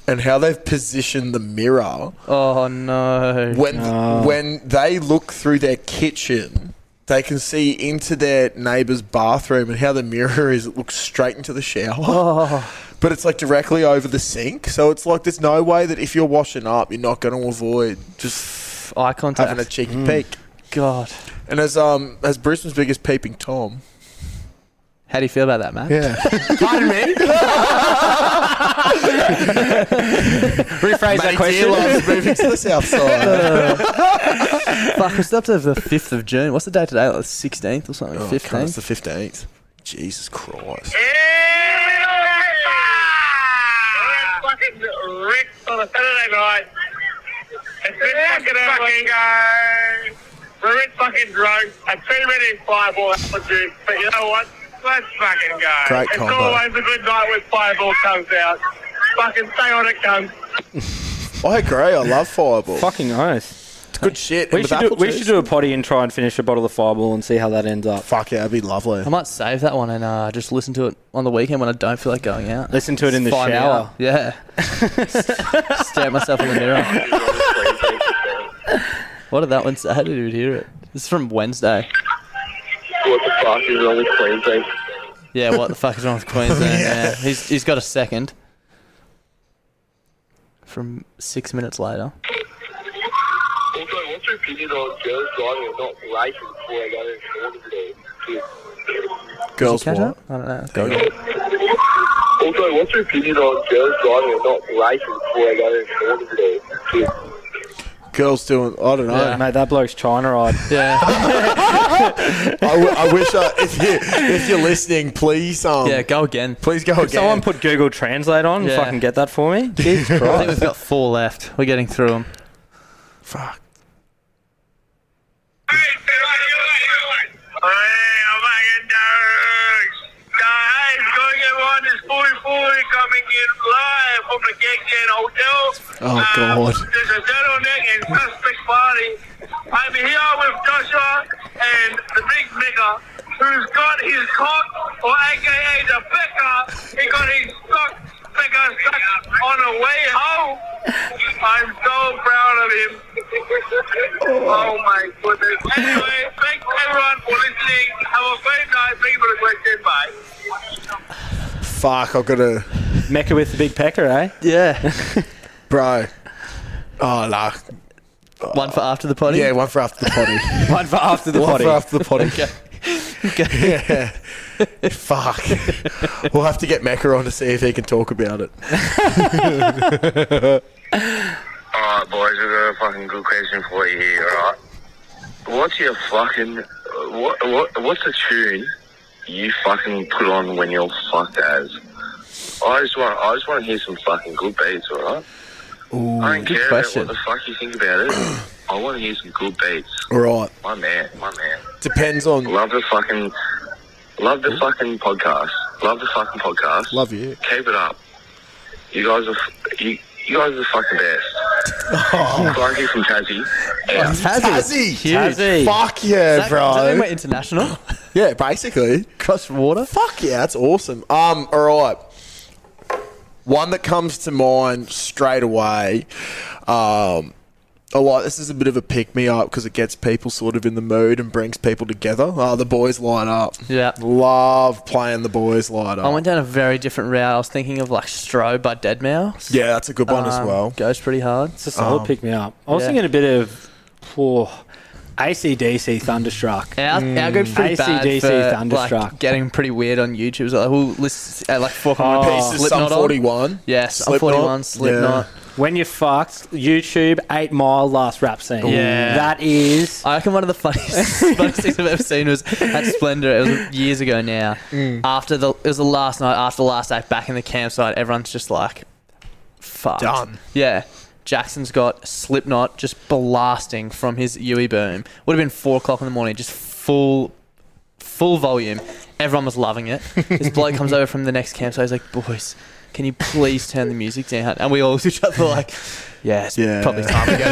B: and how they've positioned the mirror.
A: Oh no!
B: When
I: Ah.
A: No.
B: when they look through their kitchen, they can see into their neighbour's bathroom and how the mirror is. It looks straight into the shower,
I: Oh.
B: but it's like directly over the sink. So it's like there's no way that if you're washing up, you're not going to avoid just
A: eye contact,
B: having a cheeky
A: Mm.
B: peek.
A: God.
B: And as um as Brisbane's biggest peeping tom.
A: How do you feel about that, Matt?
B: Yeah.
I: Pardon me. Rephrase that
B: Matty
I: question. Uh,
B: Dearlove's moving to the south side.
A: Uh, Fuck, we stopped over the fifth of June. What's the date today? Like the sixteenth or something?
B: Oh, God,
A: Fifteenth.
B: it's the fifteenth. Jesus Christ.
D: fucking ripped on a Saturday night. It's been fucking fucking go. We're in fucking drunk. I too many fireball apple juice, but you know what? Let's fucking go.
B: Great
D: it's
B: combo.
D: always a good night when fireball comes out. Fucking stay on it, cunt.
B: I agree. I love Fireball.
I: Fucking oath. It's
B: good shit.
I: We
B: And with
I: should, do,
B: apple
I: we
B: juice.
I: should do a potty and try and finish a bottle of Fireball and see how that ends up.
B: Fuck yeah, that'd be lovely.
A: I might save that one and uh, just listen to it on the weekend when I don't feel like going out.
I: Listen to it in the
A: Fire me
I: shower.
A: up. Yeah. Stare at myself in the mirror. what did that one say? How did you hear it? It's from Wednesday.
J: What the fuck is wrong with Queensland?
A: Yeah, what the fuck is wrong with Queensland? yeah. He's, he's got a second. From six minutes later.
J: Also, what's your opinion on girls driving and not racing before they go to order today?
B: Girls
A: Did you catch that? I don't know.
J: Also, what's your opinion on girls driving and not racing before they go to order today?
B: Girls doing, I don't know.
I: Yeah. Mate, that bloke's China eyed.
A: Yeah.
B: I, w- I wish I, if you if you're listening, please um
A: Yeah, go again.
B: Please go
I: Could
B: again.
I: someone put Google Translate on
A: Yeah.
I: and fucking get that for me? Jesus
A: I think
I: Christ.
A: we've got four left. We're getting through them.
B: Fuck.
D: Guys, go get one. It's 44 coming in live from the Gig Gen Hotel.
B: Oh, God.
D: There's a turtleneck and suspect party. I'm here with Joshua and the big nigga who's got his cock, or aka the picker. He got his cock picker stuck on the way home. I'm so proud of him. Oh my goodness. Anyway, thanks everyone for listening. Have a great night. Thank you for the question. Bye.
B: Fuck, I've got to.
I: Mecca with the big pecker, eh?
A: Yeah.
B: Bro. Oh, nah.
A: One for after the potty?
B: Yeah, one for after the potty.
I: one for after the
B: one
I: potty.
B: for after the potty.
A: Okay.
B: Yeah. Fuck. we'll have to get Mecca on to see if he can talk about it.
J: Alright, boys, I've got a fucking good question for you here, alright? What's your fucking. What, what, what's the tune you fucking put on when you're fucked as? I just want, I just want to hear some fucking good beats, alright? I don't care about what the fuck you think about it. I want to hear some good beats.
B: All right.
J: My man, my man.
B: Depends on.
J: Love the fucking, love the fucking podcast. Love the fucking podcast.
B: Love you.
J: Keep it up. You guys are, f- you, you guys are the fucking best. Clarky from Tassie. Yeah.
B: Tassie.
A: Huge.
B: Tassie. Fuck yeah,
A: Does that-
B: bro.
A: Does that mean we're international?
B: Yeah, basically.
A: Cross water.
B: Fuck yeah, that's awesome. Um, all right. One that comes to mind straight away um, oh, well, this is a bit of a pick me up because it gets people sort of in the mood and brings people together. Oh, the boys line up.
A: Yeah.
B: Love playing the boys line
A: I
B: up.
A: went down a very different route. I was thinking of like Strobe by Dead Mouse.
B: Yeah, that's a good one
A: Um,
B: as well.
A: Goes pretty hard.
I: It's a solid
B: Um,
I: pick me up. I was thinking a bit of poor ACDC Thunderstruck.
A: Our,
B: Mm.
I: Mm.
A: our group's pretty bad
I: AC/DC
A: for,
I: Thunderstruck.
A: Like, getting pretty weird on YouTube. So like, we'll list uh, like four
I: Oh.
A: oh,
I: Pieces, some 41.
A: Yes, I'm 41. Slipknot.
I: When you fucked, YouTube, 8 Mile, last rap scene.
A: Yeah.
I: That is.
A: I reckon one of the funniest, funniest things I've ever seen was at Splendor. It was years ago now. After the, it was the last night after the last act back in the campsite. Everyone's just like, fucked.
O: Done.
A: Yeah. Jackson's got Slipknot just blasting from his Yui boom. Would have been four o'clock in the morning, just full, full volume. Everyone was loving it. This bloke comes over from the next campsite. He's like, boys. Can you please turn the music down? And we all looked at each other like, yeah, it's probably time to go.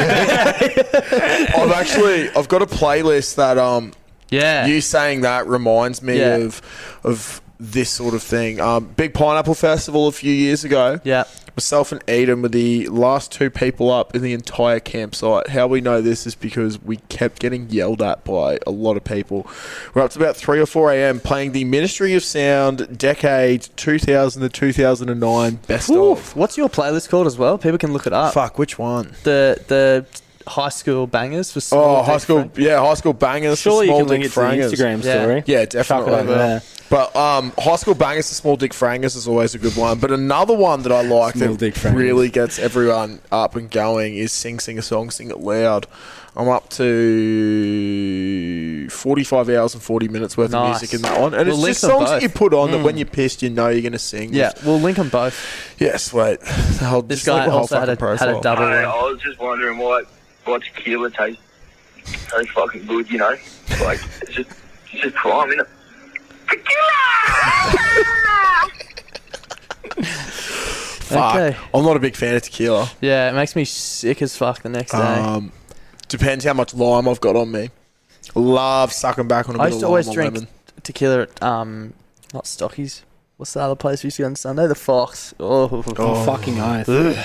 B: I've actually I've got a playlist that um
A: yeah
B: you saying that reminds me
A: Yeah.
B: of of this sort of thing. Um, Big Pineapple Festival a few years ago.
A: Yeah.
B: Myself and Eden were the last two people up in the entire campsite. How we know this is because we kept getting yelled at by a lot of people. We're up to about 3 or 4 a.m. playing the Ministry of Sound Decade 2000 to 2009 Best of.
A: What's your playlist called as well? People can look it up.
B: Fuck, which one?
A: The the high school bangers for small
B: Oh,
A: Dick
B: high school,
A: Frank.
B: yeah, high school bangers.
A: Surely you
B: small
A: can link
B: dick
A: it to the
B: frangers.
A: Instagram story.
B: Yeah,
I: Chuck it over
B: definitely.
I: there.
B: But um, high school bangers to small dick frangers is always a good one. But another one that I like
I: Small
B: that really gets everyone up and going is sing, sing a song, sing it loud. I'm up to 45 hours and 40 minutes worth
A: Nice.
B: of music in that one, and
A: We'll
B: it's
A: link
B: just
A: them
B: songs
A: both.
B: that you put on that
A: Mm.
B: when you're pissed, you know you're going to sing.
A: Yeah, we'll link them both.
B: Yes, wait. I'll
A: This
B: just link
A: guy
B: my whole
A: also had a-
B: fucking
A: had a
B: profile.
A: double
P: I, I was just wondering why why tequila tastes so fucking good, you know? Like it's just it's just prime, isn't it?
B: Fuck.
A: Okay.
B: I'm not a big fan of tequila.
A: Yeah, it makes me sick as fuck the next day.
B: Um, depends how much lime I've got on me. Love sucking back on a bit
A: I used
B: of
A: to
B: lime
A: always
B: or
A: drink
B: lemon.
A: tequila at um, not Stockies. What's the other place we used to go on Sunday? The Fox. Oh,
B: Oh. Fucking oath.
A: Ugh.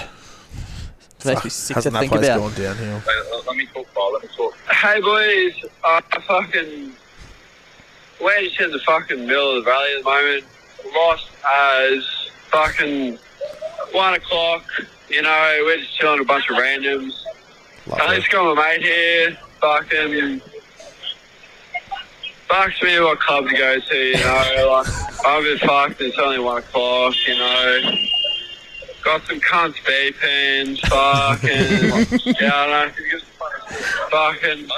A: Makes
B: Fuck,
A: me sick to
B: hasn't that
A: think
B: place
A: about.
B: gone downhill?
P: Let, let me talk, Paul. Let me talk. Hey, boys. Uh, fucking. We're just in the fucking middle of the valley at the moment. Lost as fucking one o'clock. You know, we're just chilling with a bunch of randoms. I just got my mate here. Fucking. Fucks me what club to go to, you know. like, I've been fucked. It's only one o'clock, you know. Got some cunts vaping, fucking. yeah, I don't know. Fucking.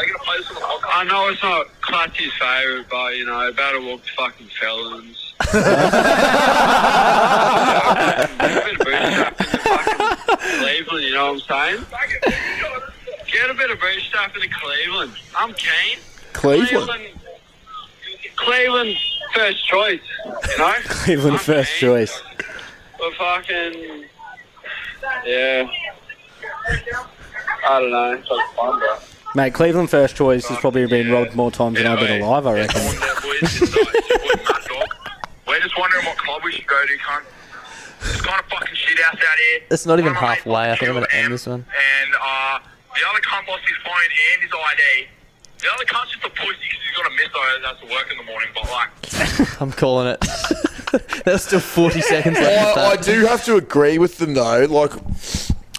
P: I know it's not Clutchy's favourite, but, you know, better walk to fucking felons. Get a bit of bootstrap into fucking Cleveland, you know what I'm saying? Get a bit of bootstrap into Cleveland. I'm keen.
B: Cleveland.
P: Cleveland first choice, you know?
I: Cleveland first choice.
P: But fucking. Yeah. I don't know. It's like fun, bro.
I: Mate, Cleveland first choice has probably been robbed more times than I've been alive, I reckon.
P: We're just wondering what club we should go to, cunt. It's kind of fucking shit house out here.
A: It's not even halfway. I think I'm gonna end this one.
P: And uh, the other cunt lost his phone and his ID. The other cunt's just a pussy because he's got a miss over that's to work in the morning. But like,
A: I'm calling it. There's still 40 seconds left. of
I: Oh,
B: I, I
A: that.
B: do have to agree with them though. Like,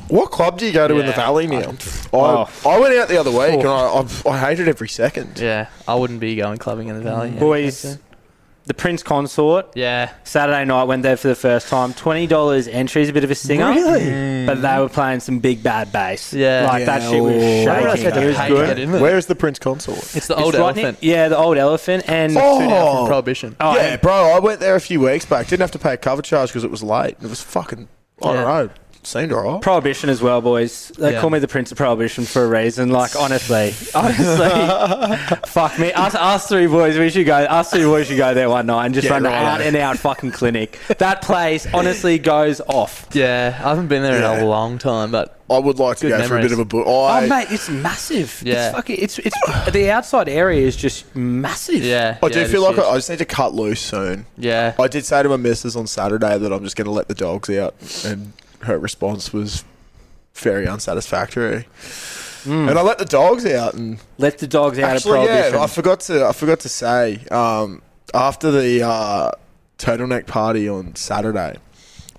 B: what club do you go to in the
A: Yeah,
B: valley now? I, I went out the other week and I, I've, I hated every second.
A: Oh. Yeah, I wouldn't be going clubbing in the valley. yeah.
I: Boys, the Prince Consort.
A: Yeah.
I: Saturday night went there for the first time. Twenty dollars entry is a bit of a singer.
A: Really?
I: But they were playing some big bad bass. Like that shit was
B: ooh.
I: shaking. It was good.
B: Where is the Prince Consort?
A: It's
I: right near- yeah, the old elephant and Oh,
B: yeah,
I: and-
B: bro, I went there a few weeks back. Didn't have to pay a cover charge because it was late. It was fucking. I don't know. Seemed alright.
I: Prohibition as well, boys. They
B: Yeah.
I: call me the Prince of Prohibition for a reason. Like honestly, honestly, fuck me. Us, us three boys, we should go. Us three boys should go there one night and just
A: Yeah,
I: run
A: righto.
I: an out and out fucking clinic. That place honestly goes off.
A: Yeah, I haven't been there in a
I: Yeah.
A: long time, but
B: I would like
I: to go for a bit of a
B: bu-
I: oh mate, it's massive.
A: Yeah.
I: It's fucking. It's it's the outside area is just massive.
A: Yeah.
B: I Oh, do feel like I, I just need to cut loose soon.
A: Yeah.
B: I did say to my missus on Saturday that I'm just going to let the dogs out, and her response was very unsatisfactory. And I let the dogs out and
I: let the dogs out
B: Actually,
I: of
B: yeah,
I: prohibition.
B: I forgot to I forgot to say um, after the uh, turtleneck party on Saturday,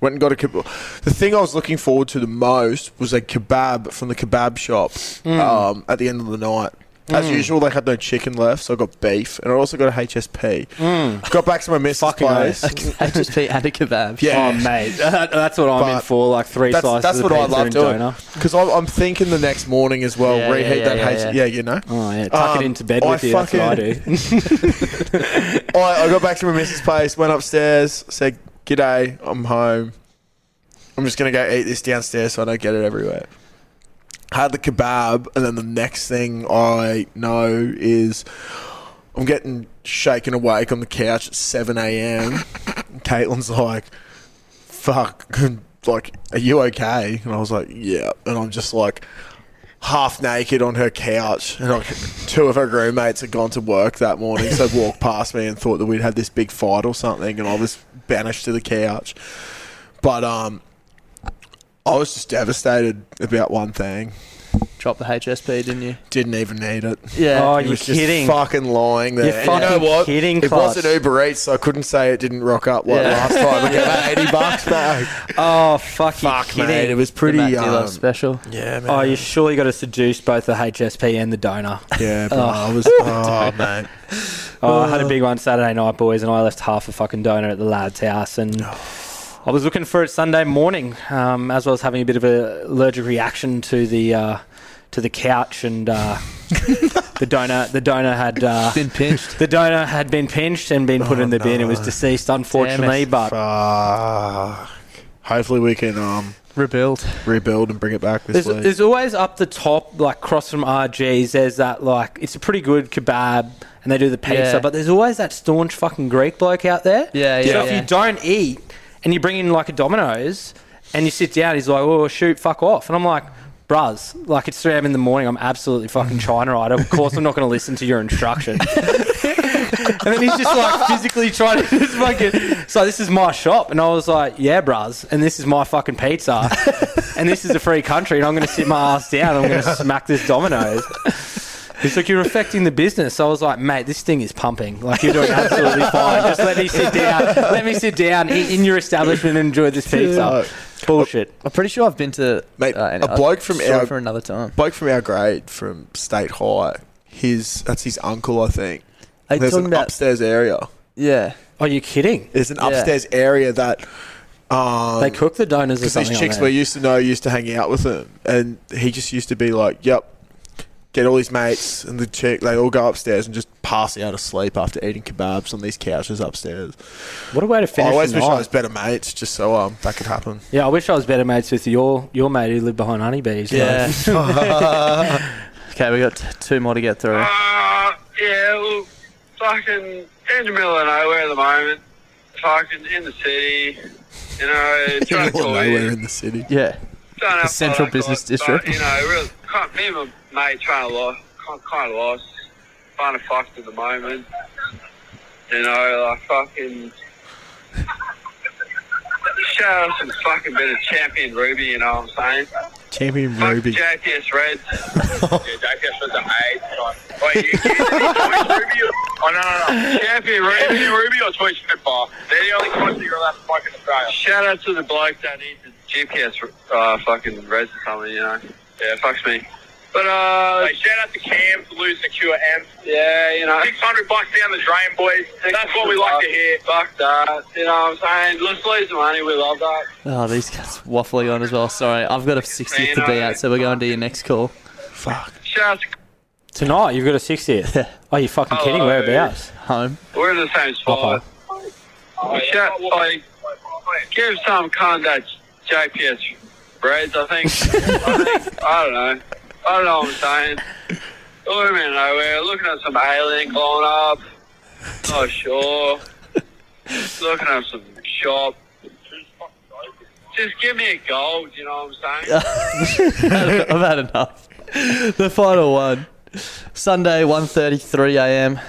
B: went and got a kebab. The thing I was looking forward to the most was a kebab from the kebab shop
I: Hmm.
Q: Mm.
B: um, at the end of the night. As
Q: Mm.
B: usual, they had no chicken left, so I got beef, and I also got a HSP.
I: Hmm.
B: Got back to my missus' place.
A: HSP and a kebab.
B: Yeah.
I: Oh, mate. That- that's what I'm in
B: But
I: for. Like three
B: that's,
I: slices
B: that's
I: of
B: what
I: pizza
B: I love
I: and
B: doing
I: doner.
B: because I'm, I'm thinking the next morning as well.
I: Yeah,
B: reheat
I: yeah,
B: that,
I: yeah,
B: H- yeah.
I: yeah.
B: you know.
I: Oh, yeah, tuck
B: Um,
I: it into bed with you, that's what I
B: do. I, I got back to my missus' place, went upstairs, said, "G'day, I'm home. I'm just gonna go eat this downstairs so I don't get it everywhere." Had the kebab, and then the next thing I know is I'm getting shaken awake on the couch at 7 a.m. Caitlin's like, fuck, like, are you okay? And I was like, yeah. And I'm just like half naked on her couch. And like, two of her roommates had gone to work that morning. So walked past me and thought that we'd had this big fight or something. And I was banished to the couch. But, um, I was just devastated about one thing.
A: Dropped the HSP, didn't you?
B: Didn't even need it.
A: Yeah. Oh,
B: It
A: you're
B: was just
A: kidding.
B: fucking lying there.
A: You're
B: And you know
A: fucking
B: what?
A: kidding,
B: it
A: Clutch.
B: wasn't Uber Eats, so I couldn't say it didn't rock up like
A: Yeah.
B: last time. I got eighty bucks back.
I: Oh, fuck,
B: Fuck, mate. It was pretty. um,
A: special.
B: Yeah, man.
I: Oh, you surely got to seduce both the HSP and the donor.
B: Yeah, bro, I was- oh, mate.
I: Oh, I had
A: Uh,
I: a big one Saturday night, boys, and I left half a fucking donor at the lad's house, and I was looking for it Sunday morning, um, as I was having a bit of a allergic reaction to the uh, to the couch, and uh, the donor the donor had uh,
A: been pinched. Oh,
I: The donor had been pinched and been put in the bin. It was deceased, unfortunately, but
B: Fuck. Hopefully we can um
A: rebuild,
B: rebuild and bring it back this
I: there's,
B: week.
I: there's always up the top, like cross from RG's. There's that like it's a pretty good kebab, and they do the pizza.
A: Yeah.
I: But there's always that staunch fucking Greek bloke out there.
A: Yeah,
I: So
A: yeah,
I: if
A: yeah.
I: you don't eat and you bring in like a Domino's and you sit down, he's like, "Oh shoot, fuck off," and I'm like. Bruz, like it's 3 a.m. in the morning. I'm absolutely fucking China right. Of course, I'm not going to listen to your instruction. and then he's just like physically trying to just fucking. So this is my shop, and I was like, yeah, bruz, and this is my fucking pizza, and this is a free country, and I'm gonna sit my ass down, and I'm gonna smack this Domino's. He's like, you're affecting the business. I was like, mate, this thing is pumping. Like you're doing absolutely fine. Just let me sit down. Let me sit down in, in your establishment and enjoy this pizza. Bullshit.
A: I'm pretty sure I've been to
B: Mate,
A: uh, anyway,
B: a bloke from
A: sorry
B: our
A: for another time.
B: Bloke from our grade from State High. His that's his uncle, I think.
A: Are you
B: There's an
A: talking about-
B: upstairs area.
A: Yeah.
I: Are you kidding?
B: There's an
A: Yeah.
B: upstairs area that um,
I: They cook the donors or
B: Because these
I: something on
B: chicks
I: there.
B: we used to know used to hang out with him, and he just used to be like, "Yep." Get all his mates and the chick. They all go upstairs and just pass out of sleep after eating kebabs on these couches upstairs.
I: What a way to finish
B: I always
I: the
B: wish
I: night.
B: I was better mates, just so um that could happen.
I: Yeah, I wish I was better mates with your your mate who lived behind honeybees.
A: Yeah.
I: Like.
A: okay, we got t- two more to get through.
P: Uh, Yeah, well, fucking in the middle of nowhere at the moment. Fucking in the city. You know, trying to
B: Middle of
P: call
B: nowhere
P: you.
B: in the city.
A: Yeah.
P: Don't know
A: The
P: how
A: central
P: far that
A: business
P: got,
A: district.
P: But, you know, really, can't, me and my mate trying to lost, kind, kind of lost, kind of fucked at the moment. You know, like fucking. Shout out some fucking bit of champion Ruby, you know what I'm saying?
B: Champion Ruby.
P: JPS Reds. yeah, JPS Reds are eight. Like, Wait, you kidding me? Toys Ruby? or- Oh, no, no, no. Champion Ruby, Ruby or Toy Spitball? They're the only ones that you're allowed to fuck in Australia. Shout out to the bloke that needs the GPS uh, fucking Reds or something, you know. Yeah, fucks me. But, uh... Hey, shout out to Cam for losing the QM. Yeah, you know. 600 bucks down the drain, boys. That's what we like to hear. Fuck that. You know what I'm saying? Let's lose the money. We love that.
A: Oh, these guys waffling on as well. Sorry, I've got a 60th to be at, so we're going to your next call.
B: Fuck.
P: Shout out to
I: Tonight you've got a 60th. Oh, you fucking kidding?
P: Hello.
I: Whereabouts?
A: Home.
P: We're in the same spot. Shut, like, give some contact JPS braids, I think. I think. I don't know. I don't know what I'm saying. We're in nowhere, looking at some alien going up. Not sure. looking at some shop. Just give me a gold, you know what I'm saying?
A: I've had enough. The final one. Sunday, 1.33 a.m.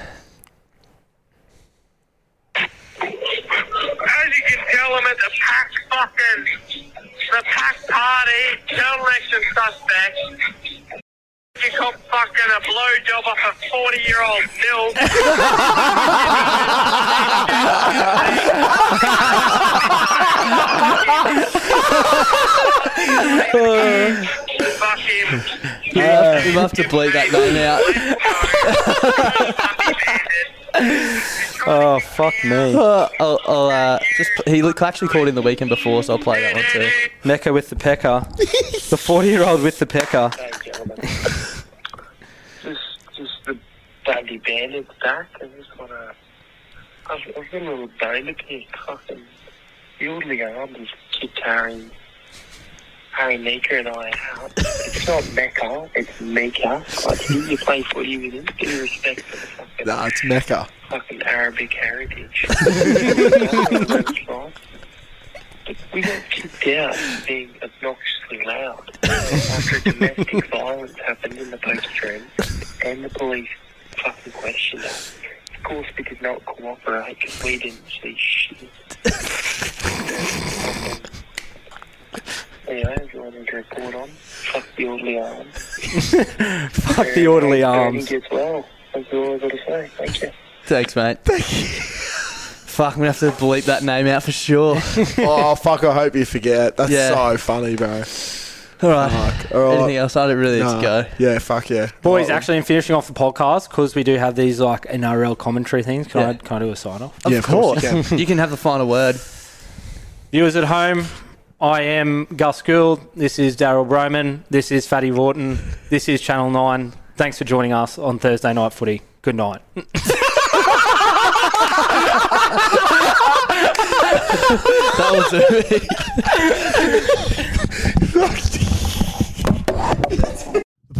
P: As you can tell, I'm at the pack fucking, the pack party, no election suspects.
R: you cop fucking a blow job off a 40 year old nil.
D: You'll have, you'll have to bleed that name out.
I: oh fuck me!
D: I'll, I'll uh, just p- he look- actually called in the weekend before, so I'll play that one too.
I: Mecca with the pecker, the forty-year-old with the pecker.
R: just, just the bandy bandit back. I just wanna. I've, I've been a little bandit here, fucking wielding arm and keep carrying Harry Maker and I out. It's not Mecca, it's Maker. Like, who you play for you with him? Give me respect for the fucking,
S: Nah, it's Mecca.
R: fucking Arabic heritage. That's right. But we got kicked out for being obnoxiously loud after domestic violence happened in the post room and the police fucking questioned us. Of course, we did not cooperate because we didn't see shit. anyway, if you wanted to report on, fuck the orderly arms.
I: Fuck the orderly
R: Everything
I: arms.
R: gets well. That's all I've got to say. Thank you.
D: Thanks, mate. Fuck, I'm gonna have to bleep that name out for sure.
S: oh fuck! I hope you forget. That's
D: Yeah.
S: so funny, bro.
D: All right.
S: all right.
D: Anything else? I don't really need to go.
S: Yeah, fuck yeah,
I: Boys,
S: Well,
I: actually, in finishing off the podcast, because we do have these like NRL commentary things, can, I,
D: Yeah.
I: can I do a sign off?
D: Of Yeah, of course you course. can. You
I: have the final word. Viewers at home, I am Gus Gould. This is Daryl Broman. This is Fatty Vorton. This is Channel 9. Thanks for joining us on Thursday Night Footy. Good night.
D: that was it.
B: The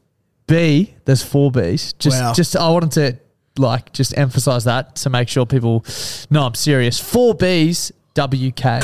A: B, there's four B's. Just,
B: Wow.
A: just I wanted to like just emphasize that to make sure people know I'm serious. Four B's WK,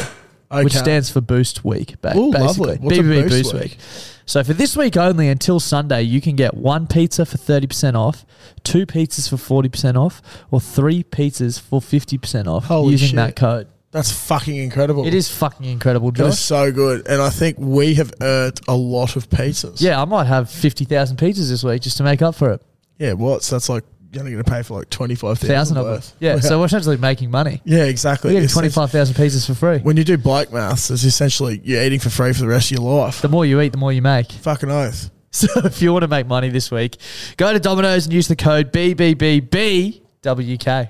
A: which
B: Okay.
A: stands for Boost Week. Ba-
B: Ooh,
A: basically,
B: lovely. What's a
A: BBB
B: Boost
A: Boost,
B: Week?
A: week? So for this week only until Sunday, you can get one pizza for thirty percent off, two pizzas for forty percent off, or three pizzas for fifty percent off
B: Holy
A: using
B: shit.
A: that code.
B: That's fucking incredible.
A: It is fucking incredible,
B: That is
A: Josh.
B: so good, and I think we have earned a lot of pizzas.
A: Yeah, I might have fifty thousand pizzas this week just to make up for it.
B: Yeah, what's that's like? You're only going to pay for like twenty five
A: Thousand
B: thousand
A: of them. Yeah, so we're essentially making money.
B: yeah, exactly.
A: We're getting
B: It's-
A: 25,000 pieces for free.
B: When you do bloke maths, it's essentially you're eating for free for the rest of your life.
A: The more you eat, the more you make.
B: Fucking oath.
A: So if you want to make money this week, go to Domino's and use the code BBBBWK.